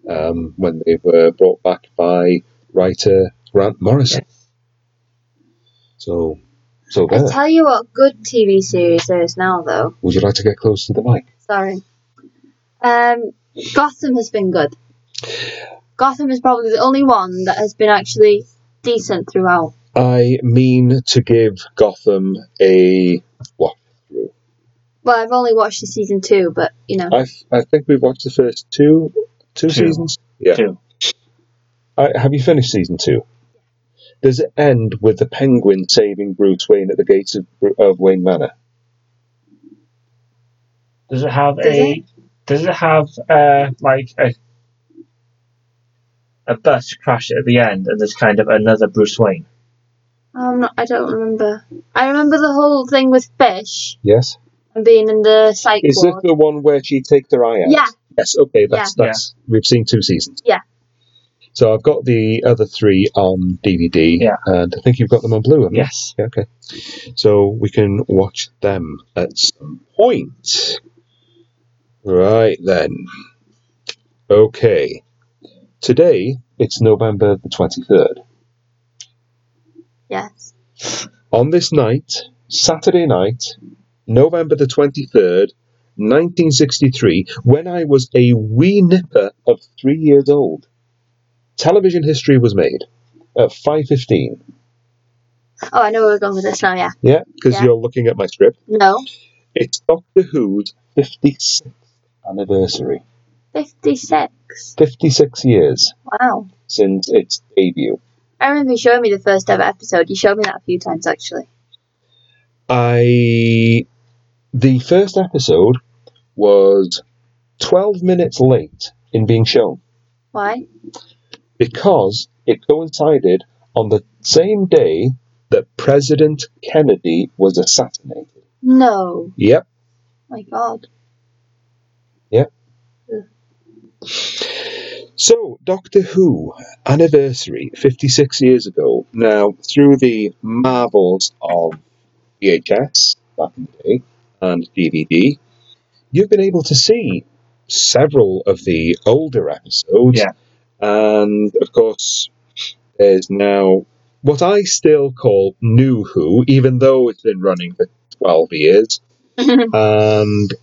A: them, um, when they were brought back by writer Grant Morrison. So, so
B: I
A: there.
B: tell you what, good TV series there is now though.
A: Would you like to get close to the mic?
B: Sorry. Um, Gotham has been good. Gotham is probably the only one that has been actually decent throughout.
A: I mean to give Gotham a what?
B: Well, I've only watched the season two, but you know,
A: I, I think we've watched the first two two
D: Two.
A: seasons. Yeah.
D: Two.
A: I, have you finished season two? Does it end with the Penguin saving Bruce Wayne at the gates of, of Wayne Manor?
C: Does it have
B: Does
C: a? Does it have uh like a?
D: A bus crash at the end, and there's kind of another Bruce Wayne.
B: I'm not. I don't remember. I remember the whole thing with fish
A: Yes.
B: and being in the psych
A: Is this
B: ward.
A: the one where she takes her eye out?
B: Yeah.
A: Yes. Okay. That's
D: Yeah.
A: that's we've seen two seasons.
B: Yeah.
A: So I've got the other three on DVD,
D: Yeah.
A: and I think you've got them on Blu. haven't you?
D: Yes.
A: Yeah, okay. So we can watch them at some point. Right then. Okay. Today, it's November the 23rd.
B: Yes.
A: On this night, Saturday night, November the 23rd, 1963, when I was a wee nipper of three years old, television history was made at 5.15.
B: Oh, I know where we're going with this now. Yeah.
A: Yeah, because
B: Yeah.
A: you're looking at my script.
B: No.
A: It's Doctor Who's 56th anniversary.
B: Fifty-six.
A: 56 years
B: Wow.
A: since its debut.
B: I remember you showing me the first ever episode. You showed me that a few times actually.
A: I. The first episode was 12 minutes late in being shown
B: Why?
A: because it coincided on the same day that President Kennedy was assassinated.
B: No.
A: Yep.
B: My God.
A: So, Doctor Who anniversary 56 years ago. Now, through the marvels of VHS back in the day and DVD, you've been able to see several of the older episodes.
D: Yeah.
A: And of course, there's now what I still call New Who, even though it's been running for 12 years. and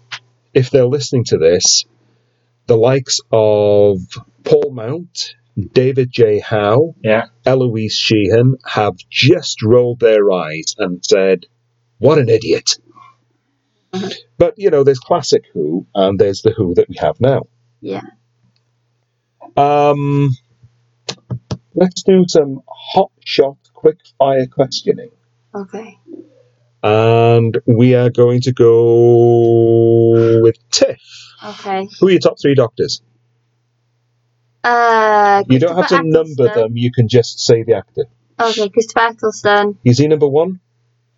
A: if they're listening to this, the likes of Paul Mount, David J. Howe,
D: Yeah.
A: Eloise Sheehan have just rolled their eyes and said, What an idiot. But, you know, there's classic Who and there's the Who that we have now.
B: Yeah.
A: Um, let's do some hot shot, quick fire questioning.
B: Okay.
A: And we are going to go with Tiff.
B: Okay.
A: Who are your top three doctors?
B: Uh.
A: You don't have to
B: Christopher
A: number
B: Eccleston.
A: them, you can just say the actor.
B: Okay, Christopher Eccleston.
A: Is he number one?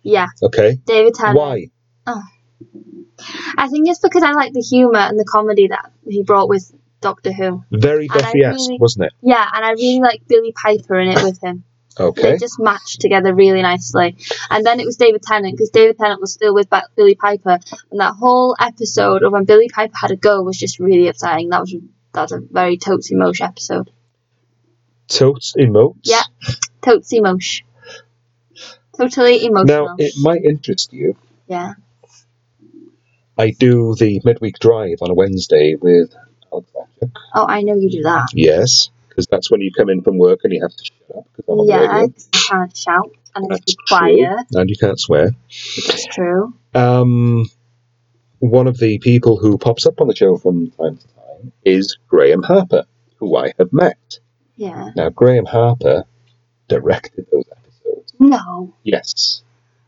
B: Yeah,
A: Okay.
B: David Tennant.
A: Why?
B: I think it's because I like the humour and the comedy that he brought with Doctor Who.
A: Very
B: And I
A: Buffy esque,
B: really-
A: wasn't it?
B: Yeah, and I really like Billy Piper in it with him.
A: Okay.
B: They just matched together really nicely. And then it was David Tennant because David Tennant was still with Ba- Billy Piper, and that whole episode of when Billy Piper had a go was just really upsetting. That was that was a very totes emotion episode.
A: Totes emotes.
B: Yeah. Totes emotion. Totally emotional.
A: Now, it might interest you.
B: yeah.
A: I do the midweek drive on a Wednesday with Alex Thatcher.
B: Oh, I know you do that.
A: Yes, because that's when you come in from work and you have to shut up because I'm on the
B: Yeah,
A: radio.
B: I can't shout and I have to
A: That's
B: be quiet.
A: true. And you can't swear.
B: It's true.
A: Um, one of the people who pops up on the show from time to time is Graham Harper, who I have met.
B: Yeah.
A: Now, Graham Harper directed those episodes.
B: No.
A: Yes.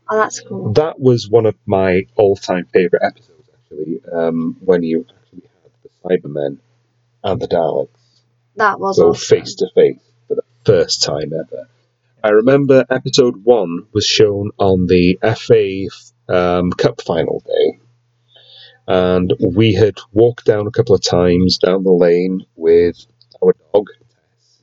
B: Oh, that's cool.
A: That was one of my all time favourite episodes, actually, um, when you actually had the Cybermen and the Daleks
B: That was
A: go
B: awesome.
A: face to face for the first time ever. I remember episode one was shown on the FA um, Cup final day, and we had walked down a couple of times down the lane with our dog, Tess.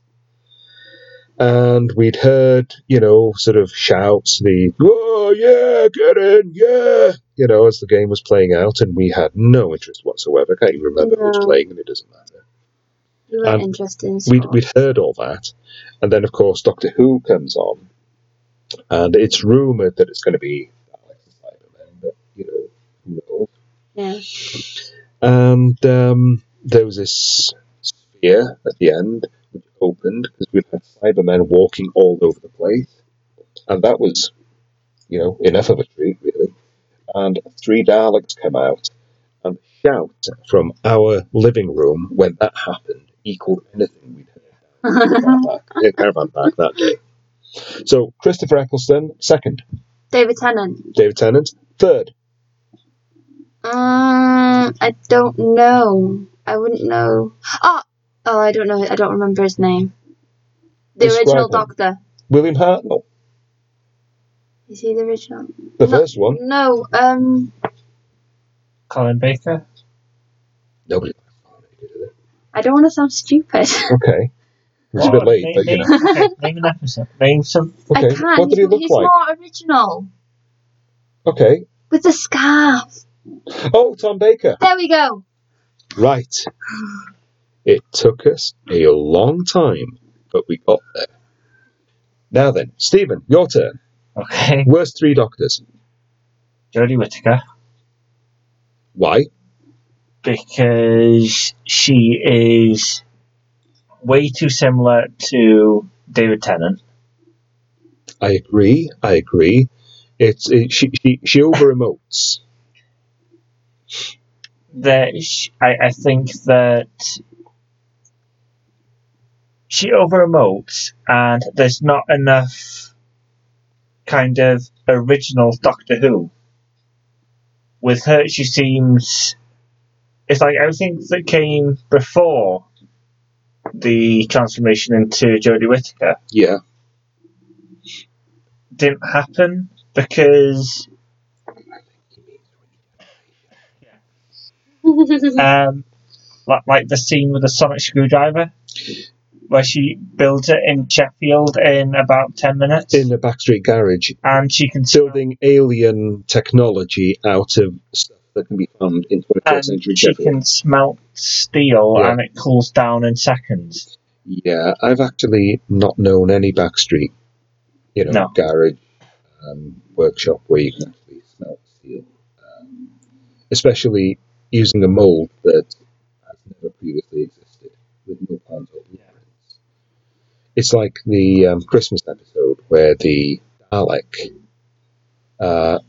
A: and we'd heard, you know, sort of shouts, the "Oh yeah, get in, yeah," you know, as the game was playing out, and we had no interest whatsoever. Can't even remember who was
B: No.
A: playing, and it doesn't matter
B: You were
A: um,
B: interested in
A: we'd,
B: sport.
A: we'd heard all that. And then, of course, Doctor Who comes on. And it's rumoured that it's going to be Alex and Cybermen, but, you know, who knows.
B: Yeah.
A: And um, there was this sphere at the end which opened because we'd had Cybermen walking all over the place. And that was, you know, enough of a treat, really. And three Daleks come out. And the shout from our living room when that happened equaled anything we'd heard caravan park, yeah, caravan park that day. So Christopher Eccleston, second.
B: David Tennant.
A: David Tennant, third.
B: Um, I don't know. I wouldn't know. Oh, oh, I don't know. I don't remember his name. The
A: Describe
B: original
A: him.
B: Doctor.
A: William Hartnell,
B: Is he the original?
A: the
B: No.
A: first one.
B: No. Um,
D: Colin Baker.
A: Nobody. did it.
B: I don't want to sound stupid.
A: Okay. It's a bit
D: Oh,
A: late,
D: name,
A: but you know.
D: name- okay, name an episode. Name some.
B: I
A: Okay.
B: can't.
A: What did he
B: He's-
A: look
B: He's
A: like?
B: more original
A: Okay.
B: with the scarf.
A: Oh, Tom Baker.
B: There we go.
A: Right. It took us a long time, but we got there. Now then, Stephen, your turn.
D: Okay.
A: Worst three doctors.
D: Jodie Whittaker.
A: Why?
D: Because she is way too similar to David Tennant.
A: I agree. I agree. It's it, she she she over emotes.
D: That sh I, I think that she over emotes and there's not enough kind of original Doctor Who. With her, she seems. It's like everything that came before the transformation into Jodie Whittaker
A: Yeah.
D: didn't happen because
B: Oh,
A: Mm.
D: um, like, like the scene with the sonic screwdriver where she builds it in Sheffield in about 10 minutes
A: in the backstreet garage
D: and she can smell-
A: building alien technology out of stuff that can be found in 21st
D: and
A: century
D: she
A: Sheffield.
D: can smelt steel
A: Yeah.
D: and it cools down in seconds
A: Yeah, I've actually not known any backstreet, you know,
D: No.
A: garage um, workshop where you can actually smelt steel, um, especially using a mold that has never previously existed with no plans or blueprints. It's like the um, Christmas episode where the Dalek uh,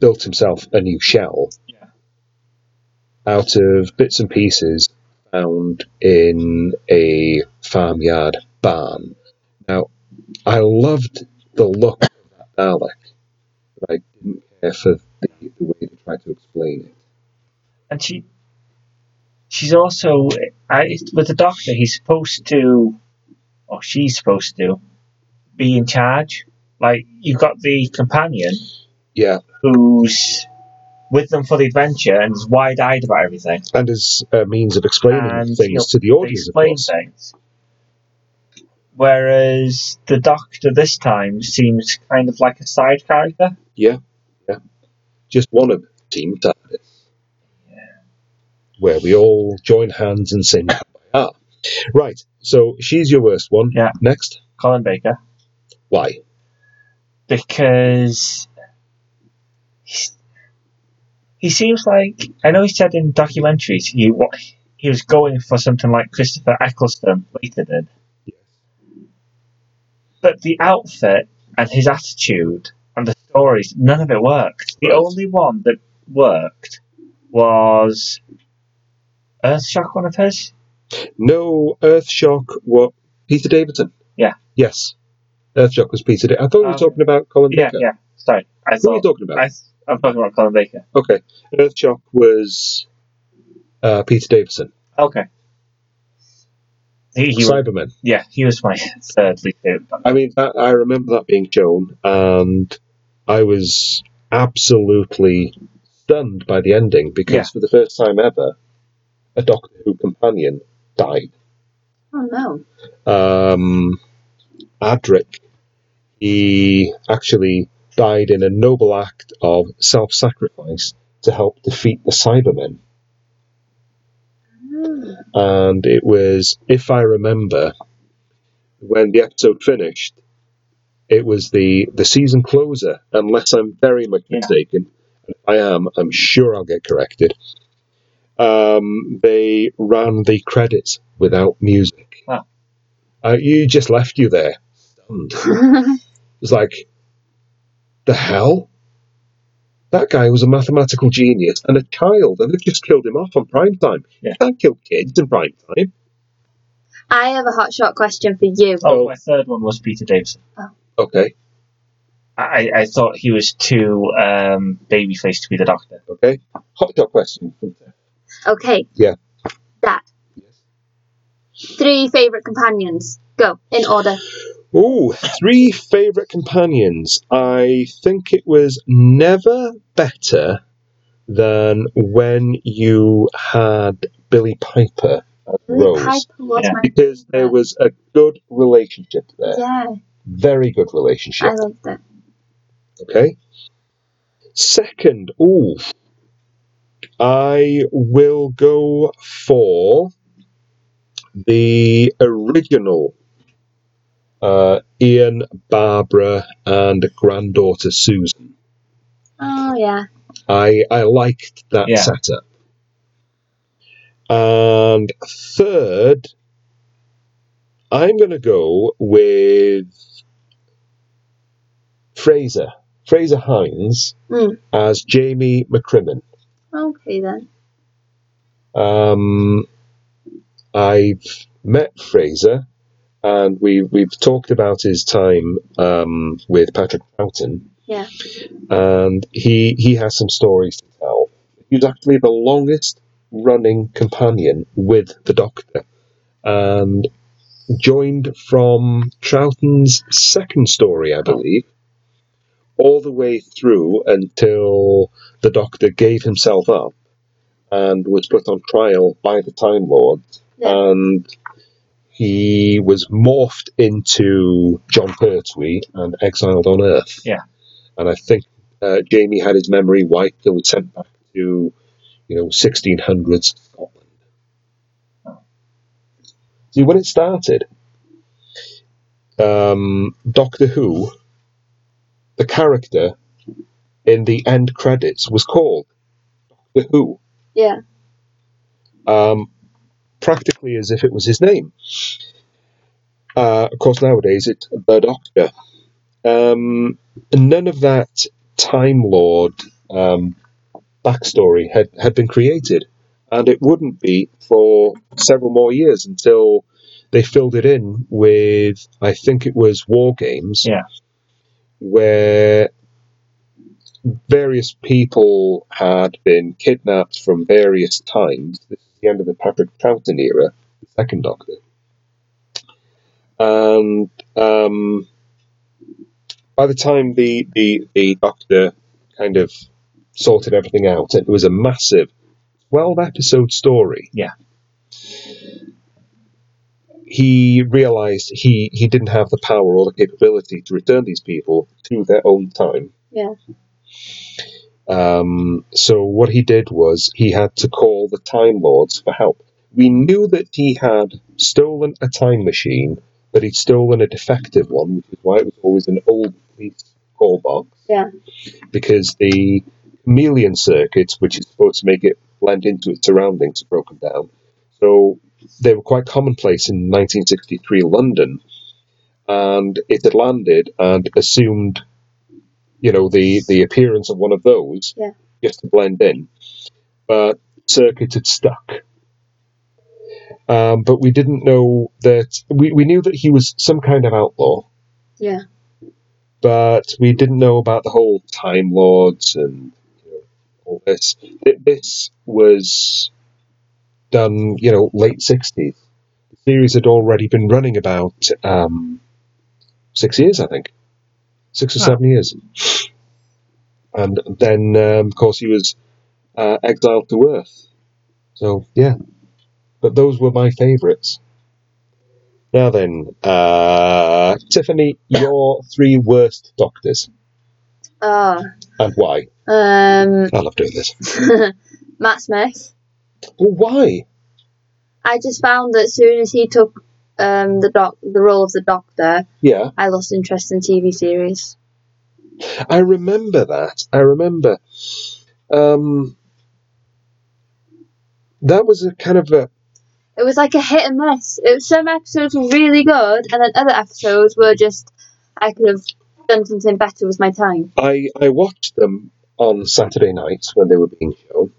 A: built himself a new shell
D: Yeah.
A: out of bits and pieces found in a farmyard barn. Now, I loved the look of that Dalek, but I didn't care for the, the way they tried to explain it.
D: and she she's also I, with the doctor he's supposed to or she's supposed to be in charge like you've got the companion
A: Yeah,
D: who's with them for the adventure and is wide eyed about everything.
A: and as a means of explaining
D: And,
A: things
D: you know,
A: to the
D: They
A: audience, of
D: explain
A: course.
D: things. Whereas the Doctor this time seems kind of like a side character.
A: Just one of Team TARDIS, where we all join hands and sing. Ah, right. So she's your worst one.
D: Yeah.
A: Next,
D: Colin Baker.
A: Why?
C: because he's- he seems like I know he said in documentaries he wa- he was going for something like Christopher Eccleston later did, but the outfit and his attitude and the stories none of it worked. The
A: Right.
C: only one that worked was Earthshock, one of his.
A: No, Earthshock. What? Peter Davidson.
C: Yeah.
A: Yes. Earthshock was Peter. Da- I thought we were
C: Um,
A: talking about Colin
C: Yeah,
A: Baker.
C: yeah. Sorry, I
A: What are you
C: thought
A: talking about?
C: I, I'm talking about Colin Baker.
A: Okay. Earthshock was uh, Peter Davison,
C: Okay. He, he was,
A: Cyberman.
C: yeah, he was my third least favorite.
A: I mean, that, I remember that being shown, and I was absolutely stunned by the ending because
C: Yeah.
A: for the first time ever, a Doctor Who companion died.
B: Oh no.
A: Um, Adric, he actually died in a noble act of self sacrifice to help defeat the Cybermen.
B: Hmm.
A: and it was, if I remember, when the episode finished, it was the, the season closer, unless I'm very much
C: Yeah.
A: mistaken. And if I am, I'm sure I'll get corrected. Um, they ran the credits without music.
C: Ah.
A: Uh, you just left you there, stunned. It's like, the hell? That guy was a mathematical genius and a child, and they've just killed him off on prime time.
C: Yeah.
A: You can't kill kids in prime time.
B: I have a hot shot question for you.
C: Oh,
A: Oh.
C: my third one was Peter Davison.
A: Okay,
C: I, I thought he was too um, babyface to be the Doctor.
A: okay. Hot dog question.
B: Okay.
A: Oh. Yeah.
B: That. Three favourite companions. Go, in order.
A: Ooh, three favourite companions. I think it was never better than when you had Billy Piper as Rose.
B: Piper was
C: Yeah.
B: my
A: Because there was a good relationship there.
B: Yeah,
A: Very good
B: I
A: relationship.
B: loved it.
A: Okay. Second, ooh, I will go for the original uh, Ian, Barbara, and granddaughter Susan.
B: Oh yeah.
A: I I liked that
C: Yeah.
A: setup. And third, I'm going to go with Fraser Fraser Hines
B: Mm.
A: as Jamie McCrimmon.
B: Okay then.
A: Um, I've met Fraser, and we we've talked about his time um, with Patrick Troughton.
B: Yeah.
A: and he he has some stories to tell. He was actually the longest running companion with the Doctor, and joined from Troughton's second story, I believe. All the way through until the Doctor gave himself up and was put on trial by the Time Lord,
B: Yeah.
A: and he was morphed into John Pertwee and exiled on Earth.
C: Yeah.
A: and I think uh, Jamie had his memory wiped and was sent back to, you know, 1600s Scotland. See, when it started, um, Doctor Who, the character in the end credits was called Doctor Who
B: Yeah.
A: um, practically as if it was his name. Uh, of course, nowadays it's the Doctor. Um, none of that Time Lord um, backstory had, had been created, and it wouldn't be for several more years until they filled it in with, I think it was War Games,
C: Yeah.
A: where various people had been kidnapped from various times. This is the end of the Patrick Troughton era, the second Doctor. And um, by the time the, the, the Doctor kind of sorted everything out, it was a massive 12 episode story.
C: Yeah.
A: He realized he, he didn't have the power or the capability to return these people to their own time. Um, so what he did was he had to call the Time Lords for help. We knew that he had stolen a time machine but he'd stolen a defective one, which is why it was always an old police call box.
B: Yeah.
A: Because the chameleon circuit, which is supposed to make it blend into its surroundings, had broken down. So they were quite commonplace in 1963 London, and it had landed and assumed, you know, the the appearance of one of those
B: Yeah.
A: just to blend in. But circuit had stuck um, but we didn't know that we, we knew that he was some kind of outlaw,
B: Yeah.
A: but we didn't know about the whole Time Lords and you know, all this. Th- This was done, you know, late sixties. The series had already been running about um, six years, I think, six or
C: Ah.
A: seven years, and then um, of course he was uh, exiled to Earth. So yeah, but those were my favourites. Now then, uh, Tiffany, your three worst doctors
B: Oh.
A: and why?
B: Um,
A: I love doing this.
B: Matt Smith.
A: Well, why?
B: I just found that soon as he took um, the doc- the role of the doctor,
A: Yeah,
B: I lost interest in TV series.
A: I remember that. I remember. Um, that was a kind of a
B: It was like a hit and miss. It was, some episodes were really good, and then other episodes were just I could have done something better with my time.
A: I I watched them on Saturday nights when they were being shown,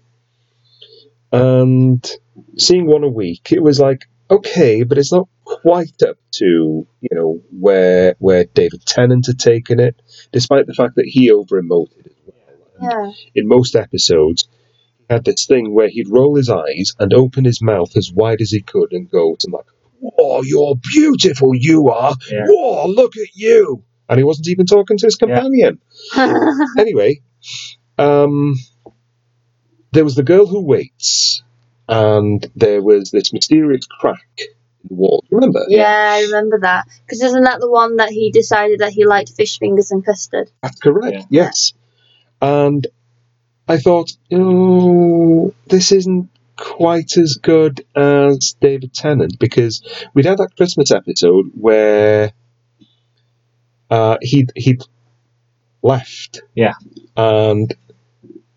A: and seeing one a week, it was like okay, but it's not quite up to you know where where David Tennant had taken it, despite the fact that he over emoted as well.
B: Yeah,
A: in most episodes, he had this thing where he'd roll his eyes and open his mouth as wide as he could and go to like, "Whoa, you're beautiful, you are!
C: Yeah.
A: Whoa, look at you!" And he wasn't even talking to his
C: Yeah.
A: companion. Anyway, um, there was the girl who waits, and there was this mysterious crack in the wall. Remember?
B: yeah, I remember that. Because isn't that the one that he decided that he liked fish fingers and custard?
A: That's correct.
C: Yeah.
A: Yes. And I thought, oh, this isn't quite as good as David Tennant because we'd had that Christmas episode where uh, he he left.
C: Yeah.
A: And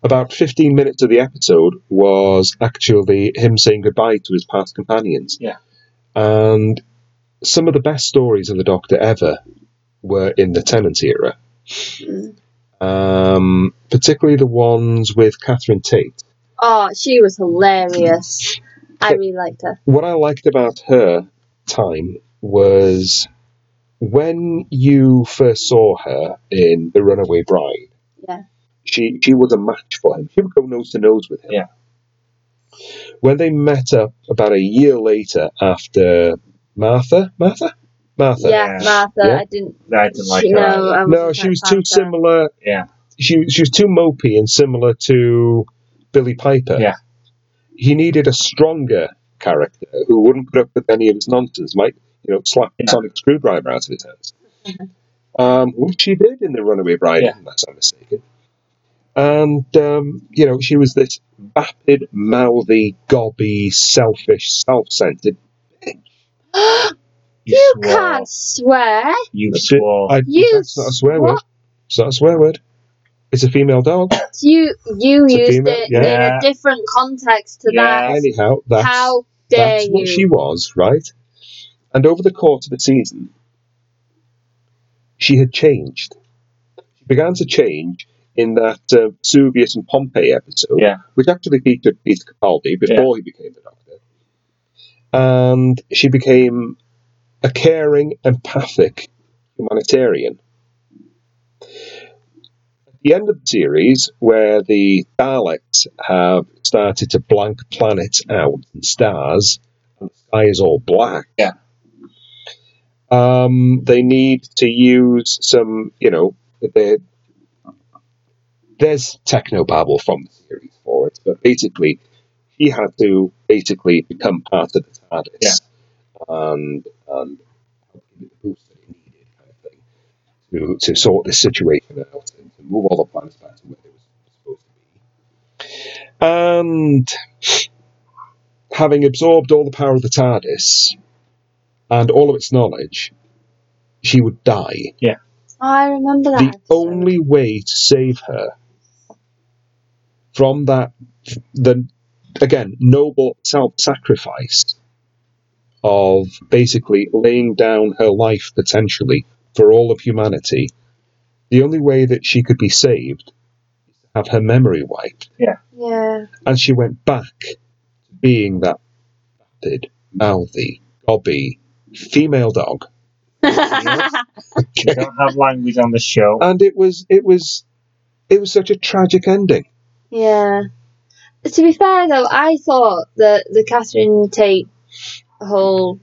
A: about fifteen minutes of the episode was actually him saying goodbye to his past companions.
C: Yeah.
A: And some of the best stories of the Doctor ever were in the Tennant era um, particularly the ones with Catherine Tate.
B: Oh, she was hilarious. I really liked her.
A: What I liked about her time was when you first saw her in The Runaway Bride.
B: Yeah.
A: She she was a match for him. She would go nose to nose with him.
C: Yeah.
A: When they met up about a year later after Martha, Martha, Martha.
B: Yeah, Martha.
A: Yeah.
B: I didn't.
C: I didn't like
B: she,
C: her.
B: No, I
A: No,
B: wasn't
A: she
B: quite
A: was too
B: a fan of her.
A: similar.
C: Yeah.
A: She she was too mopey and similar to Billy Piper.
C: Yeah.
A: He needed a stronger character who wouldn't put up with any of his nonsense. Might you know slap a
C: Yeah. Mm-hmm.
A: sonic screwdriver out of his hands, um, which he did in the Runaway Bride,
C: Yeah.
A: unless I'm mistaken. And um, you know she was this vapid, mouthy, gobby, selfish, self-centered.
C: You,
B: You
C: swore.
B: can't swear.
C: You
A: That's it.
C: swore.
A: I,
B: You
A: that's not a swear
B: what?
A: word. It's not a swear word. It's a female dog.
B: You you
A: It's a
B: used
A: female-
B: it
C: yeah.
B: in a different context to
C: Yeah.
B: that.
A: Anyhow, that's
B: How dare
A: That's
B: you?
A: what she was, right? And over the course of the season, she had changed. She began to change in that uh, Vesuvius and Pompeii episode,
C: Yeah.
A: which actually featured Peter Capaldi before he became the Doctor. And she became a caring, empathic humanitarian. At the end of the series, where the Daleks have started to blank planets out and stars, and the sky is all black.
C: Yeah.
A: Um, they need to use some, you know, they- there's technobabble from the series for it, but basically, he had to basically become part of the TARDIS
C: Yeah.
A: and, and help give it the boost that it needed, kind of thing to, to sort this situation out and to move all the planets back to where they were supposed to be. And having absorbed all the power of the TARDIS, and all of its knowledge, she would die.
B: I remember that.
A: the
B: episode.
A: only way to save her from that the again noble self-sacrifice of basically laying down her life potentially for all of humanity the only way that she could be saved is to have her memory wiped
B: yeah.
A: and she went back to being that battered mouthy gobby female dog
D: We don't have language on the show.
A: and it was it was it was such a tragic ending
B: yeah. To be fair though, I thought that the Catherine Tate whole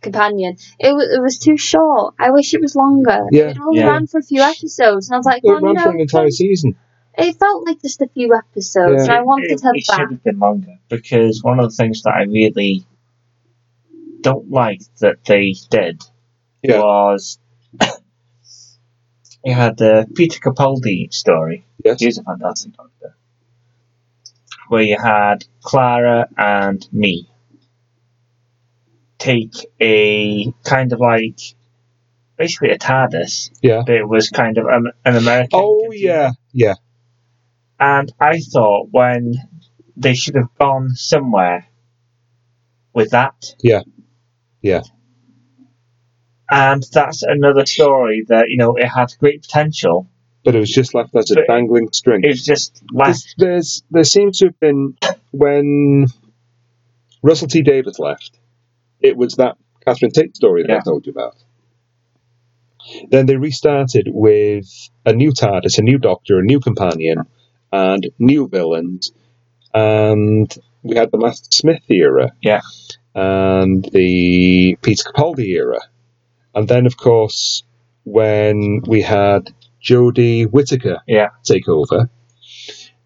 B: companion it, w- it was too short. I wish it was longer.
A: Yeah.
B: It only
D: Yeah.
B: ran for a few episodes, and I was like, "Oh,
A: It
B: well, you
A: ran
B: know,
A: for an entire season.
B: it felt like just a few episodes,
A: Yeah.
B: and I wanted
D: it,
B: her
D: it
B: back.
D: should have been longer because one of the things that I really don't like that they did
A: Yeah.
D: was you had the Peter Capaldi story.
A: Yes.
D: He's a fantastic doctor. Where you had Clara and me take a kind of like basically a TARDIS,
A: Yeah.
D: but it was kind of an, an American.
A: Oh
D: contingent.
A: yeah, yeah,
D: And I thought when they should have gone somewhere with that.
A: Yeah. Yeah.
D: And that's another story that, you know, it had great potential.
A: but it was just left as a
D: But it-
A: dangling string.
D: It was just
A: There's,
D: last
A: there's there seems to have been when Russell T Davis left, it was that Catherine Tate story that I
D: Yeah.
A: told you about. Then they restarted with a new TARDIS, a new Doctor, a new companion, and new villains, and we had the Master Smith era,
D: Yeah.
A: and the Peter Capaldi era, and then of course when we had Jodie Whittaker
D: Yeah.
A: take over.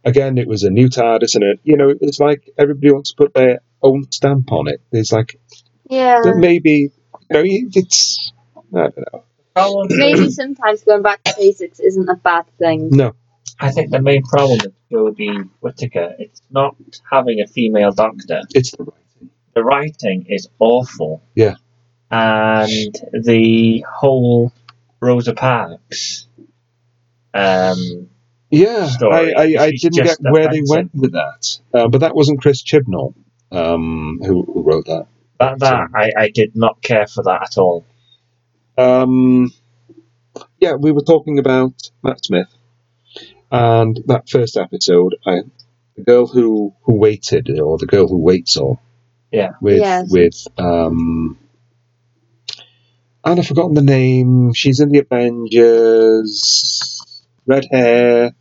A: Again, it was a new TARDIS, and it you know it's like everybody wants to put their own stamp on it. It's like
B: Yeah.
A: that maybe you know it's I don't know.
D: problem.
B: Maybe sometimes going back to basics isn't a bad thing.
A: No,
D: I think the main problem with Jodie Whittaker it's not having a female doctor.
A: it's the writing.
D: The writing is awful.
A: Yeah.
D: And the whole Rosa Parks um,
A: Yeah,
D: Story.
A: I, I, I
D: She's
A: didn't get
D: just
A: where they
D: offensive.
A: went with that, uh, but that wasn't Chris Chibnall um, who, who wrote that.
D: That, that I, I did not care for that at all.
A: Um, yeah, we were talking about Matt Smith, and that first episode, I, the girl who who waited, or the girl who waits, or
D: Yeah.
A: with
B: Yes.
A: with um, and I've forgotten the name. She's in the Avengers, red hair.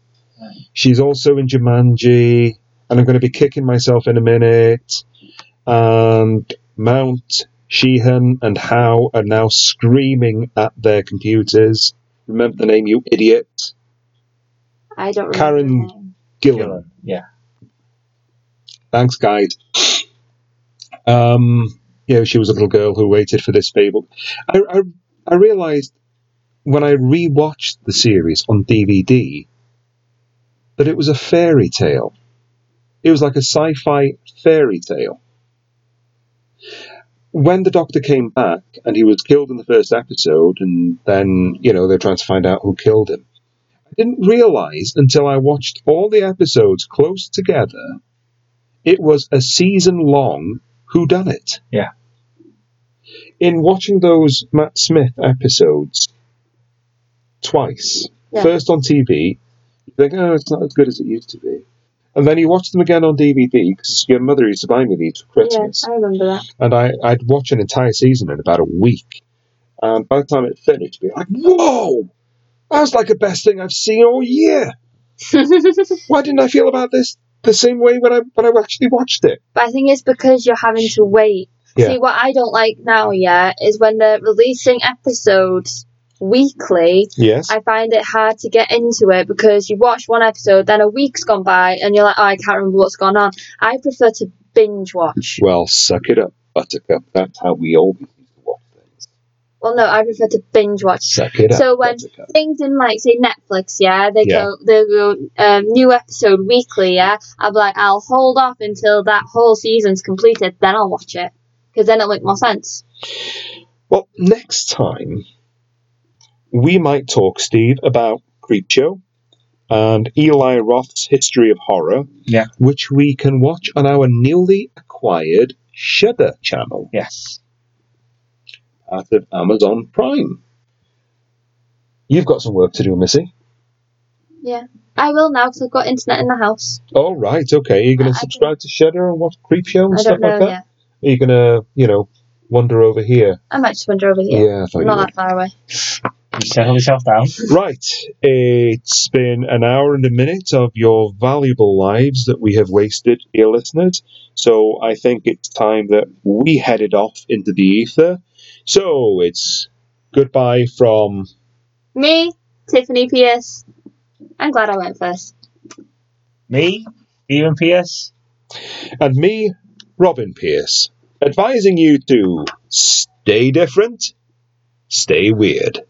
A: She's also in Jumanji, and I'm going to be kicking myself in a minute. And Mount Sheehan and Howe are now screaming at their computers. Remember the name, you idiot.
B: I don't remember.
A: Karen-
B: the name.
A: Gillen.
D: Yeah.
A: Thanks, guide. Um, yeah, she was a little girl who waited for this fable. I, I, I realised when I rewatched the series on DVD that it was a fairy tale. It was like a sci fi fairy tale. When the Doctor came back and he was killed in the first episode, and then, you know, they're trying to find out who killed him, I didn't realise until I watched all the episodes close together it was a season long who done it
D: Yeah.
A: in watching those matt smith episodes twice
B: Yeah.
A: first on tv you think oh it's not as good as it used to be and then you watch them again on dvd because your mother used to buy me these for
B: Yeah,
A: christmas
B: I remember that.
A: and I, i'd watch an entire season in about a week and by the time it finished it'd be like whoa that was like the best thing i've seen all year why didn't i feel about this the same way when i when i actually watched it
B: But I think it's because you're having to wait.
A: Yeah.
B: See, what I don't like now, yeah, is when they're releasing episodes weekly,
A: yes
B: I find it hard to get into it because you watch one episode, then a week's gone by, and you're like, oh, I can't remember what's gone on. I prefer to binge watch.
A: Well, suck it up, Buttercup. That's how we always used to watch things.
B: Well, no, I prefer to binge watch.
A: Suck it up.
B: So when-
A: Buttercup.
B: Things in like say Netflix, yeah, they
A: Yeah.
B: go they go um, new episode weekly, yeah. I'll be like, I'll hold off until that whole season's completed, then I'll watch it because then it'll make more sense.
A: Well, next time we might talk, Steve, about Creepshow and Eli Roth's History of Horror,
C: Yeah.
A: which we can watch on our newly acquired Shudder channel
C: Yes.
A: out of Amazon Prime. You've got some work to do, Missy.
B: I will now because I've got internet in the house.
A: All right, okay. Are you going
B: I- I
A: to
B: can-
A: subscribe to Shudder and watch Creepshow and
B: I
A: stuff
B: don't know
A: like that?
B: yet.
A: Are you going to, you know, wander over here?
B: I might just wander over here.
A: I thought
B: I'm
A: you
B: not
A: would.
B: that far away.
C: You settle yourself down.
A: Right. It's been an hour and a minute of your valuable lives that we have wasted, dear listeners. So I think it's time that we headed off into the ether. So it's goodbye from.
B: Me, Tiffany Pierce. I'm glad I went first.
C: Me, Stephen Pierce.
A: And me, Robin Pierce, advising you to stay different, stay weird.